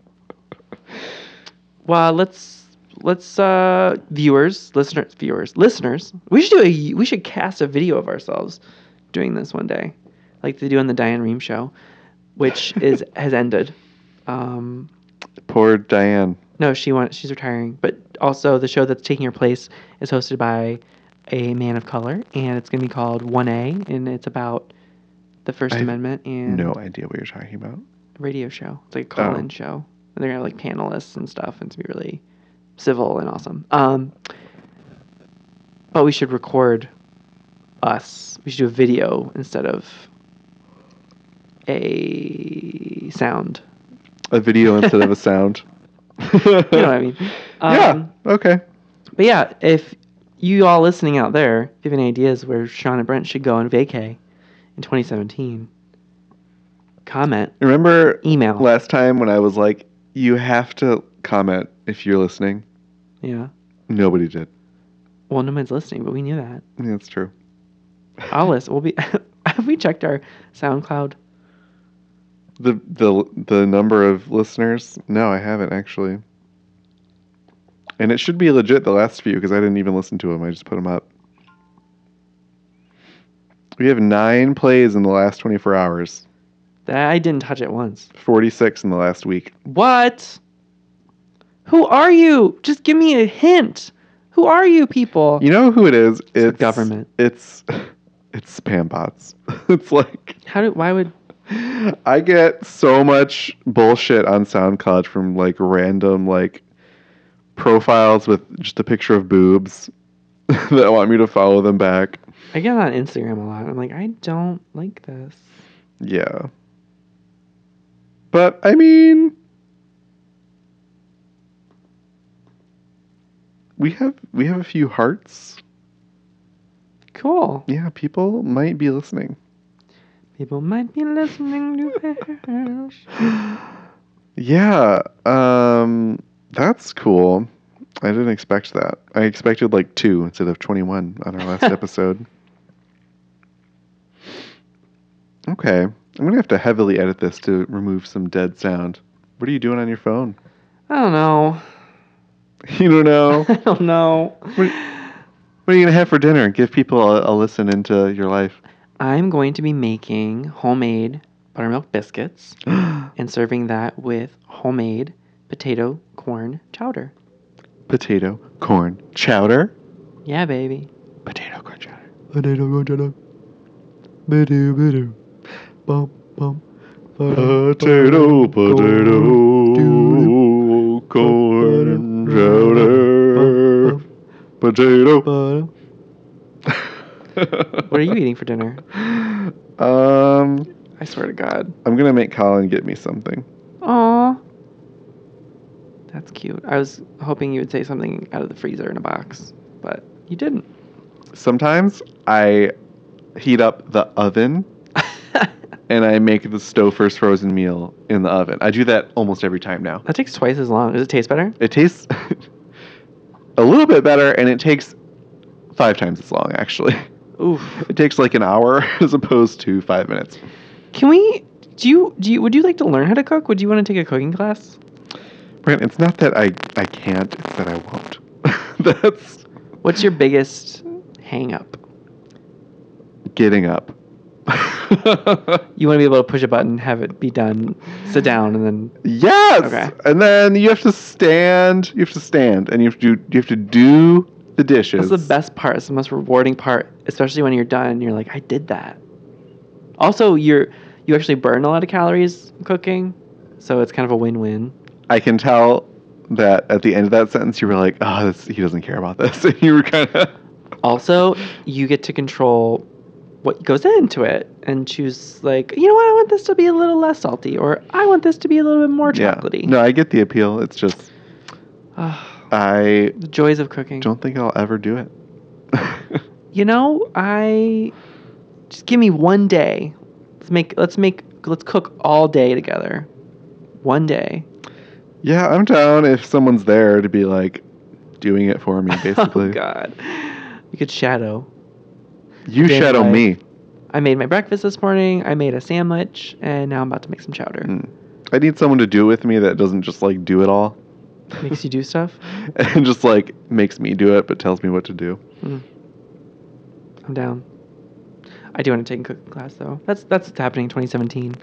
Speaker 2: Well, let's let's uh viewers, listeners, viewers, listeners. We should do a we should cast a video of ourselves doing this one day, like they do on the Diane Rehm show, which is has ended. Um,
Speaker 1: Poor Diane.
Speaker 2: no, she wants she's retiring, but also the show that's taking her place is hosted by a man of color, and it's gonna be called One A, and it's about the First
Speaker 1: I have
Speaker 2: Amendment and
Speaker 1: No idea what you're talking about.
Speaker 2: radio show. It's like a call in
Speaker 1: Oh.
Speaker 2: show. And they're gonna have like panelists and stuff and it's gonna be really civil and awesome. Um but we should record us. We should do a video instead of a sound.
Speaker 1: A video instead of a sound. you know
Speaker 2: You know what I mean? Um,
Speaker 1: yeah. Okay.
Speaker 2: But yeah, if you all listening out there if you have any ideas where Sean and Brent should go on vacay in 2017, comment,
Speaker 1: Remember
Speaker 2: email.
Speaker 1: last time when I was like, you have to comment if you're listening.
Speaker 2: yeah.
Speaker 1: Nobody did.
Speaker 2: Well, no one's listening, but we knew that.
Speaker 1: Yeah, that's true.
Speaker 2: I'll list. We'll be. have we checked our SoundCloud?
Speaker 1: The the the number of listeners? No, I haven't actually. And it should be legit the last few because I didn't even listen to them. I just put them up. We have nine plays in the last 24 hours,
Speaker 2: That I didn't touch it once.
Speaker 1: 46 in the last week.
Speaker 2: What? Who are you? Just give me a hint. Who are you people?
Speaker 1: You know who it is?
Speaker 2: the government.
Speaker 1: It's it's spam bots. it's like
Speaker 2: How do? Why would?
Speaker 1: I get so much bullshit on SoundCloud from like random like profiles with just a picture of boobs that want me to follow them back.
Speaker 2: I get on Instagram a lot. I'm like, I don't like this.
Speaker 1: Yeah. But I mean we have we have a few hearts.
Speaker 2: Cool.
Speaker 1: Yeah, people might be listening.
Speaker 2: People might be listening to this.
Speaker 1: Yeah, um, that's cool. I didn't expect that. I expected like two instead of 21 on our last episode. Okay, I'm gonna have to heavily edit this to remove some dead sound. What are you doing on your phone?
Speaker 2: I don't know.
Speaker 1: You don't know.
Speaker 2: I don't know.
Speaker 1: Wait. what are you gonna have for dinner? Give people a, a listen into your life.
Speaker 2: I'm going to be making homemade buttermilk biscuits. and serving that with homemade potato corn chowder.
Speaker 1: Potato, corn, chowder.
Speaker 2: Yeah, baby.
Speaker 1: Potato, corn, chowder.
Speaker 2: Potato corn chowder. Bidu bidu. Bum bum.
Speaker 1: Potato, potato, corn, chowder. Potato.
Speaker 2: What are you eating for dinner?
Speaker 1: Um,
Speaker 2: I swear to God.
Speaker 1: I'm gonna make Colin get me something.
Speaker 2: Aw. That's cute. I was hoping you would say something out of the freezer in a box, but you didn't.
Speaker 1: Sometimes I heat up the oven
Speaker 2: that
Speaker 1: and I make the Stouffer's frozen meal in the oven. I do that almost every time now.
Speaker 2: takes twice as long. Does it taste better?
Speaker 1: It tastes a little bit better and it takes five times as long actually.
Speaker 2: Oof.
Speaker 1: It takes like an hour as opposed to five minutes.
Speaker 2: Can we? Do you? Do you? Would you like to learn how to cook? Would you want to take a cooking class?
Speaker 1: Brent, it's not that I, I can't, it's that I won't. That's
Speaker 2: What's your biggest hang up?
Speaker 1: getting up.
Speaker 2: You want to be able to push a button, have it be done, sit down, and then
Speaker 1: yes.
Speaker 2: Okay.
Speaker 1: And then you have to stand. You have to stand, and you have to do, you have to do the dishes.
Speaker 2: That's the best part. It's the most rewarding part, especially when you're done. and You're like, I did that. Also, you're you actually burn a lot of calories cooking, so it's kind of a win-win.
Speaker 1: I can tell that at the end of that sentence, you were like, "Oh, this, he doesn't care about this." And you were kind of
Speaker 2: Also, you get to control what goes into it and choose like, you know what, I want this to be a little less salty, or I want this to be a little bit more
Speaker 1: yeah.
Speaker 2: chocolatey.
Speaker 1: No, I get the appeal. It's just
Speaker 2: Ah,
Speaker 1: I
Speaker 2: the joys of cooking.
Speaker 1: don't think I'll ever do it.
Speaker 2: You know, I just give me one day. Let's make let's make let's cook all day together. One day.
Speaker 1: yeah, I'm down if someone's there to be like doing it for me.
Speaker 2: oh
Speaker 1: Basically,
Speaker 2: God, you could shadow.
Speaker 1: you
Speaker 2: Damn
Speaker 1: shadow
Speaker 2: right.
Speaker 1: me.
Speaker 2: I made my breakfast this morning. I made a sandwich, and now I'm about to make some chowder.
Speaker 1: Mm. I need someone to do it with me that doesn't just like do it all.
Speaker 2: Makes you do stuff.
Speaker 1: and just like makes me do it but tells me what to do.
Speaker 2: I'm down. I do want to take a cooking class though. That's that's what's happening in 2017.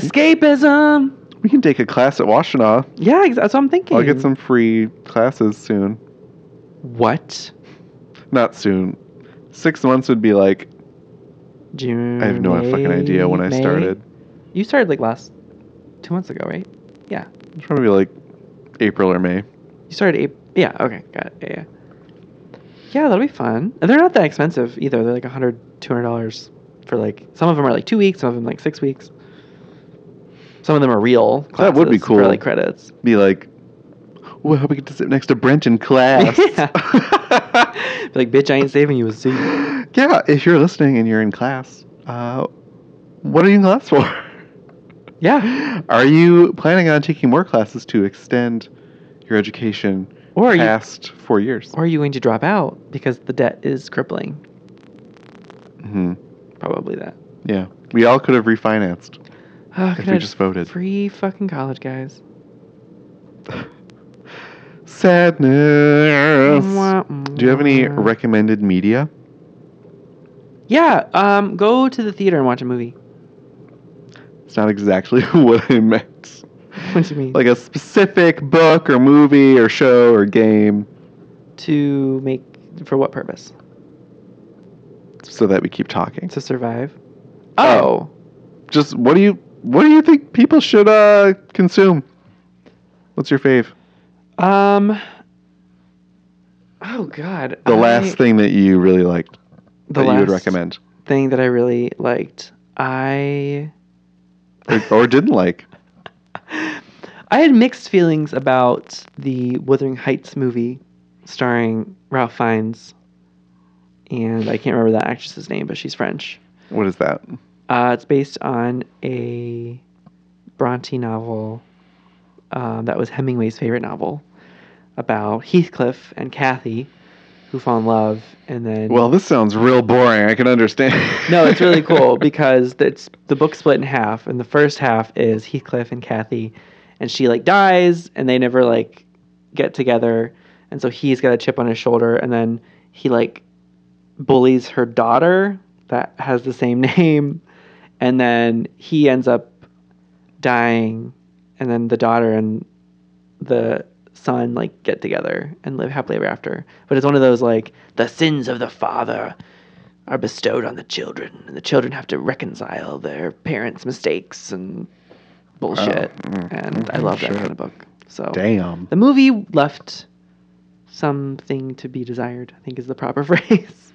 Speaker 2: Escapism.
Speaker 1: We can take a class at Washtenaw.
Speaker 2: Yeah, ex- that's what I'm thinking.
Speaker 1: I'll get some free classes soon.
Speaker 2: What?
Speaker 1: Not soon. Six months would be like
Speaker 2: June.
Speaker 1: I have no fucking idea when I
Speaker 2: May?
Speaker 1: started.
Speaker 2: You started like last two months ago, right?
Speaker 1: It's probably like April or May.
Speaker 2: You started April. Yeah. Okay. Got it. Yeah. Yeah. Yeah, that'll be fun. And they're not that expensive either. They're like $100, $200 for like, some of them are like two weeks, some of them like six weeks. Some of them are real.
Speaker 1: That would be
Speaker 2: classes For like
Speaker 1: cool.
Speaker 2: credits.
Speaker 1: Be like, oh, I hope I get to sit next to Brent in class.
Speaker 2: Yeah. Be like, bitch, I ain't saving you a seat.
Speaker 1: yeah, if you're listening and you're in class, uh, what are you in class for?
Speaker 2: Yeah.
Speaker 1: Are you planning on taking more classes to extend your education
Speaker 2: Or are, you,
Speaker 1: past four years?
Speaker 2: or are you going to drop out because the debt is crippling?
Speaker 1: hmm
Speaker 2: Probably that.
Speaker 1: Yeah, we all could have refinanced
Speaker 2: Oh,
Speaker 1: if
Speaker 2: could
Speaker 1: we
Speaker 2: I
Speaker 1: just voted.
Speaker 2: free fucking college, guys.
Speaker 1: Sadness.
Speaker 2: Mwah,
Speaker 1: Do you have any
Speaker 2: mwah.
Speaker 1: recommended media?
Speaker 2: Yeah. Um, go to the theater and watch a movie.
Speaker 1: It's not exactly what I meant.
Speaker 2: What do you mean?
Speaker 1: Like a specific book or movie or show or game,
Speaker 2: to make for what purpose?
Speaker 1: so that we keep talking.
Speaker 2: To survive.
Speaker 1: Oh. Just what do you what do you think people should uh, consume? What's your fave?
Speaker 2: Oh. Um. Oh God.
Speaker 1: The
Speaker 2: I-
Speaker 1: last thing that you really liked
Speaker 2: The
Speaker 1: that
Speaker 2: last
Speaker 1: you would recommend
Speaker 2: thing that I really liked. I
Speaker 1: or, or didn't like.
Speaker 2: I had mixed feelings about the Wuthering Heights movie, starring Ralph Fiennes, and I can't remember that actress's name, but she's French.
Speaker 1: What is that?
Speaker 2: Uh, it's based on a Bronte novel um, that was Hemingway's favorite novel about Heathcliff and Kathy who fall in love and then.
Speaker 1: Well, this sounds real boring. I can understand.
Speaker 2: no, it's really cool because it's the book split in half, and the first half is Heathcliff and Kathy, and she like dies, and they never like get together, and so he's got a chip on his shoulder, and then he like bullies her daughter that has the same name, and then he ends up dying, and then the daughter and the son like get together and live happily ever after. But it's one of those like the sins of the father are bestowed on the children, and the children have to reconcile their parents' mistakes and bullshit.
Speaker 1: mm,
Speaker 2: and I
Speaker 1: okay,
Speaker 2: love
Speaker 1: sure.
Speaker 2: that kind of book. So
Speaker 1: Damn.
Speaker 2: the movie left something to be desired, I think is the proper phrase.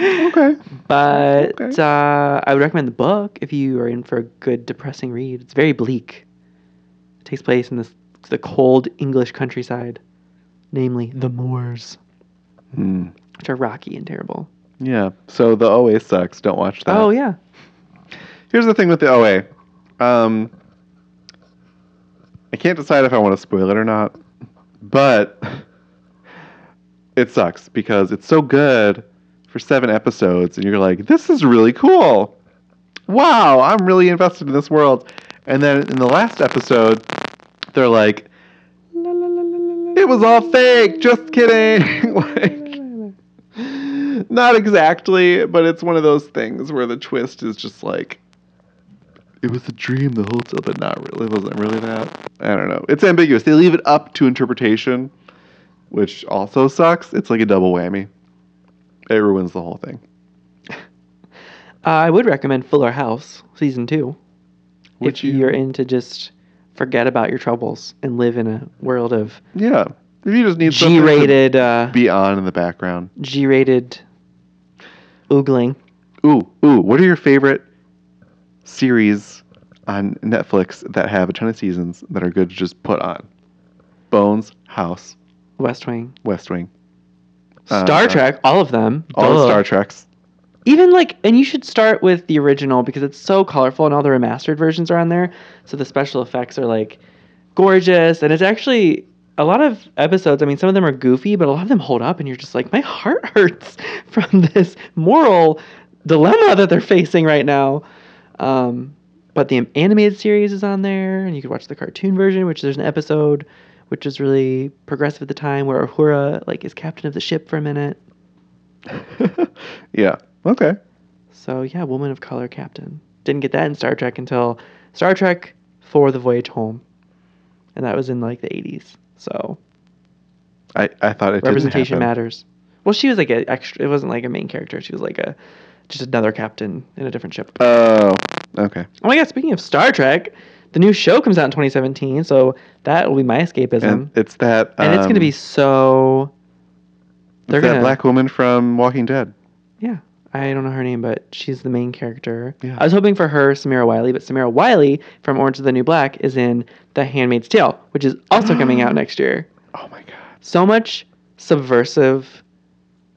Speaker 1: Okay.
Speaker 2: But
Speaker 1: Okay.
Speaker 2: uh, I would recommend the book if you are in for a good, depressing read. It's very bleak. It takes place in this, the cold English countryside, namely the moors,
Speaker 1: Hmm.
Speaker 2: which are rocky and terrible.
Speaker 1: Yeah. So the OA sucks. Don't watch that.
Speaker 2: oh, yeah.
Speaker 1: Here's the thing with the OA. Um, I can't decide if I want to spoil it or not, but it sucks because it's so good for seven episodes, and you're like, this is really cool. wow, I'm really invested in this world. And then in the last episode, they're like, it was all fake. Just kidding. like, not exactly, but it's one of those things where the twist is just like, it was a dream the whole time, but not really. It wasn't really that. I don't know. It's ambiguous. They leave it up to interpretation, which also sucks. It's like a double whammy. It ruins the whole thing.
Speaker 2: Uh, I would recommend Fuller House season two.
Speaker 1: Would
Speaker 2: if
Speaker 1: you-
Speaker 2: you're into just forget about your troubles and live in a world of
Speaker 1: Yeah. If you just need something to
Speaker 2: G-rated, uh,
Speaker 1: be on in the background.
Speaker 2: G-rated oogling.
Speaker 1: Ooh, ooh, what are your favorite series on Netflix that have a ton of seasons that are good to just put on? Bones, House,
Speaker 2: West Wing,
Speaker 1: West Wing, Uh,
Speaker 2: Star Trek, all of them,
Speaker 1: all
Speaker 2: Duh.
Speaker 1: the Star Treks.
Speaker 2: Even like, and you should start with the original because it's so colorful and all the remastered versions are on there. So the special effects are like gorgeous, and it's actually a lot of episodes. I mean, some of them are goofy, but a lot of them hold up, and you're just like, my heart hurts from this moral dilemma that they're facing right now. Um, but the animated series is on there, and you can watch the cartoon version, which there's an episode which is really progressive at the time where Uhura like is captain of the ship for a minute.
Speaker 1: yeah. Okay.
Speaker 2: So yeah, woman of color captain. Didn't get that in Star Trek until Star Trek for the voyage home, and that was in like the 80s. So
Speaker 1: I, I thought it
Speaker 2: representation
Speaker 1: didn't happen.
Speaker 2: matters. Well, she was like a extra. It wasn't like a main character. She was like a just another captain in a different ship.
Speaker 1: Oh, okay.
Speaker 2: Oh my god! Speaking of Star Trek, the new show comes out in 2017, so that will be my escapism, and,
Speaker 1: And it's that.
Speaker 2: it's gonna
Speaker 1: um,
Speaker 2: be so.
Speaker 1: it's
Speaker 2: They're
Speaker 1: that
Speaker 2: gonna
Speaker 1: black woman from Walking Dead.
Speaker 2: Yeah. I don't know her name, but she's the main character.
Speaker 1: Yeah.
Speaker 2: I was hoping for her, Samira Wiley, but Samira Wiley from Orange is the New Black is in The Handmaid's Tale, which is also coming out next year.
Speaker 1: Oh my god.
Speaker 2: So much subversive,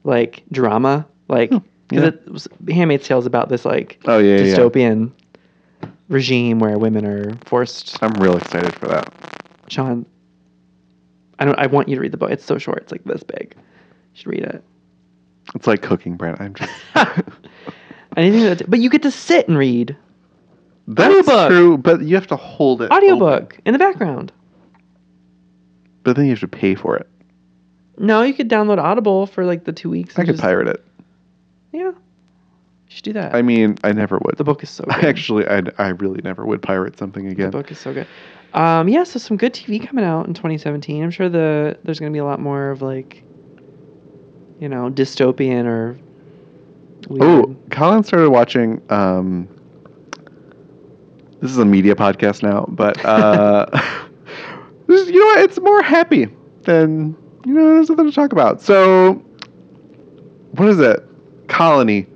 Speaker 2: like drama, like because
Speaker 1: Oh, yeah.
Speaker 2: it was, Handmaid's Tale is about this like
Speaker 1: Oh yeah. yeah, Yeah.
Speaker 2: dystopian regime where women are forced.
Speaker 1: I'm real excited for that.
Speaker 2: Sean, I don't. I want you to read the book. It's so short. It's like this big. You should read it.
Speaker 1: It's like cooking, Brent. I'm just.
Speaker 2: Anything that, but you get to sit and read.
Speaker 1: That's
Speaker 2: Audiobook.
Speaker 1: true, but you have to hold it. open.
Speaker 2: audiobook in the background.
Speaker 1: But then you have to pay for it.
Speaker 2: No, you could download Audible for like the two weeks.
Speaker 1: I
Speaker 2: and
Speaker 1: could
Speaker 2: just-
Speaker 1: pirate it.
Speaker 2: Yeah, you should do that.
Speaker 1: I mean, I never would.
Speaker 2: the book is so.
Speaker 1: I
Speaker 2: Good.
Speaker 1: actually, I, I really never would pirate something
Speaker 2: the
Speaker 1: again.
Speaker 2: book is so good. Um, yeah, so some good TV coming out in 2017. I'm sure the there's going to be a lot more of like, you know, dystopian or. Weird.
Speaker 1: Oh, Colin started watching. Um, this is a media podcast now, but uh, this- you know what? It's more happy than you know. There's nothing to talk about. So, what is it? Colony.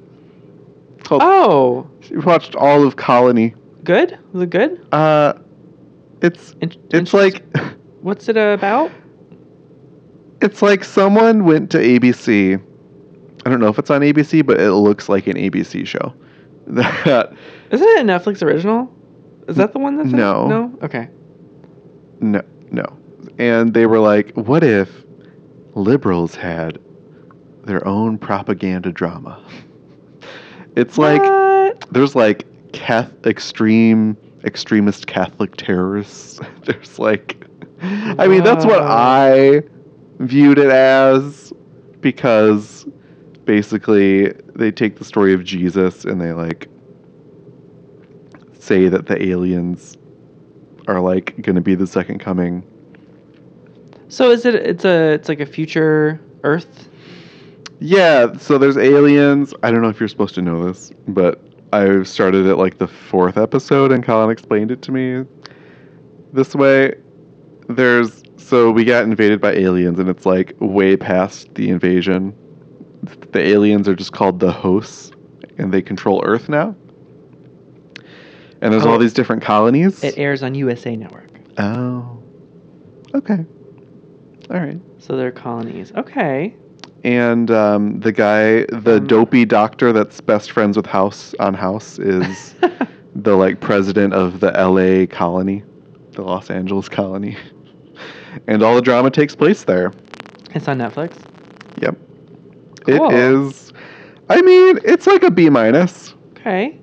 Speaker 1: It's called-
Speaker 2: Oh,
Speaker 1: We watched all of Colony.
Speaker 2: good. Was it good?
Speaker 1: Uh, it's
Speaker 2: In-
Speaker 1: it's
Speaker 2: interest-
Speaker 1: like
Speaker 2: What's it about?
Speaker 1: it's like someone went to ABC. I don't know if it's on ABC, but it looks like an ABC show. That
Speaker 2: Isn't it a Netflix original? Is that the one that's in it?
Speaker 1: No.
Speaker 2: No. Okay.
Speaker 1: No, no. And they were like, what if liberals had their own propaganda drama? It's like
Speaker 2: What?
Speaker 1: there's like cath- extreme extremist Catholic terrorists. there's like I mean, that's what
Speaker 2: Wow.
Speaker 1: I viewed it as because basically they take the story of Jesus and they like say that the aliens are like going to be the second coming.
Speaker 2: So is it? It's a. It's like a future Earth
Speaker 1: Yeah, so there's aliens. I don't know if you're supposed to know this, but I started at like the fourth episode and Colin explained it to me this way. There's so we got invaded by aliens and it's like way past the invasion. The aliens are just called the hosts and they control Earth now. And there's
Speaker 2: Oh.
Speaker 1: all these different colonies.
Speaker 2: It airs on USA Network.
Speaker 1: oh. Okay. All right.
Speaker 2: So they're colonies. Okay.
Speaker 1: and um, the guy, the
Speaker 2: From-
Speaker 1: dopey doctor that's best friends with House on House, is the like president of the L.A. colony, the Los Angeles colony, and all the drama takes place there.
Speaker 2: it's on Netflix.
Speaker 1: Yep,
Speaker 2: Cool.
Speaker 1: it is. I mean, it's like a B minus.
Speaker 2: Okay.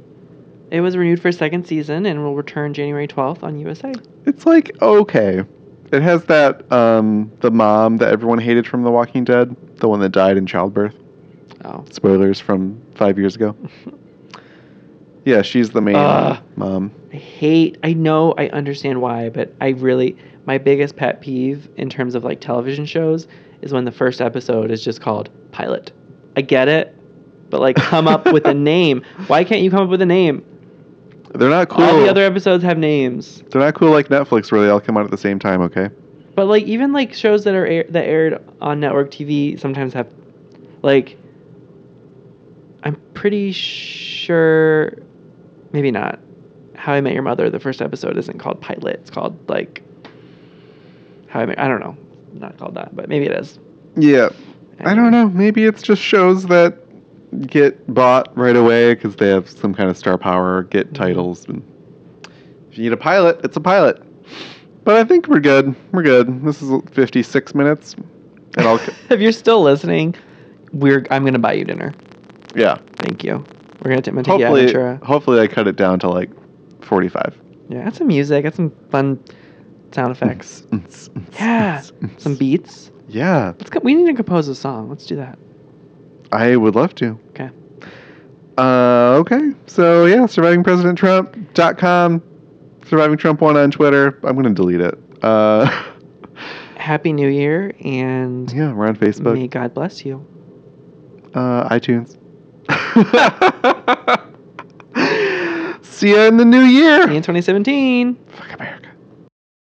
Speaker 2: It was renewed for a second season and will return January 12th on USA.
Speaker 1: It's like okay. It has that um the mom that everyone hated from The Walking Dead, the one that died in childbirth.
Speaker 2: Oh.
Speaker 1: Spoilers from five years ago. yeah, she's the main
Speaker 2: Ugh.
Speaker 1: mom.
Speaker 2: I hate, I know, I understand why, but I really, my biggest pet peeve in terms of like television shows is when the first episode is just called Pilot. I get it, but like come up with a name. Why can't you come up with a name?
Speaker 1: They're not cool.
Speaker 2: All the other episodes have names.
Speaker 1: They're not cool like Netflix where they all come out at the same time, okay?
Speaker 2: But like even like shows that are air- that aired on network TV sometimes have like I'm pretty sure maybe not How I Met Your Mother the first episode isn't called Pilot it's called like How I Met I don't know not called that but maybe it is
Speaker 1: Yeah. I don't know. Maybe it's just shows that get bought right away because they have some kind of star power, or get
Speaker 2: Mhm.
Speaker 1: titles. And if you need a pilot, it's a pilot. But I think we're good. We're good. This is 56 minutes. And I'll,
Speaker 2: if you're still listening we're I'm gonna buy you dinner
Speaker 1: yeah.
Speaker 2: thank you we're gonna take my take you out on a
Speaker 1: Hopefully,
Speaker 2: Ventura.
Speaker 1: hopefully I cut it down to like 45.
Speaker 2: yeah add some music add some fun sound effects Yeah. some beats
Speaker 1: Mm-hmm. Yeah.
Speaker 2: let's go, we need to compose a song let's do that
Speaker 1: I would love to.
Speaker 2: Okay.
Speaker 1: Uh, okay. So yeah, survivingpresidenttrump.com, surviving Trump one on Twitter. I'm gonna delete it. Uh,
Speaker 2: Happy New Year and
Speaker 1: yeah, we're on
Speaker 2: may
Speaker 1: Facebook,
Speaker 2: God bless you.
Speaker 1: uh, iTunes. See you in the new year.
Speaker 2: In 2017.
Speaker 1: Fuck America.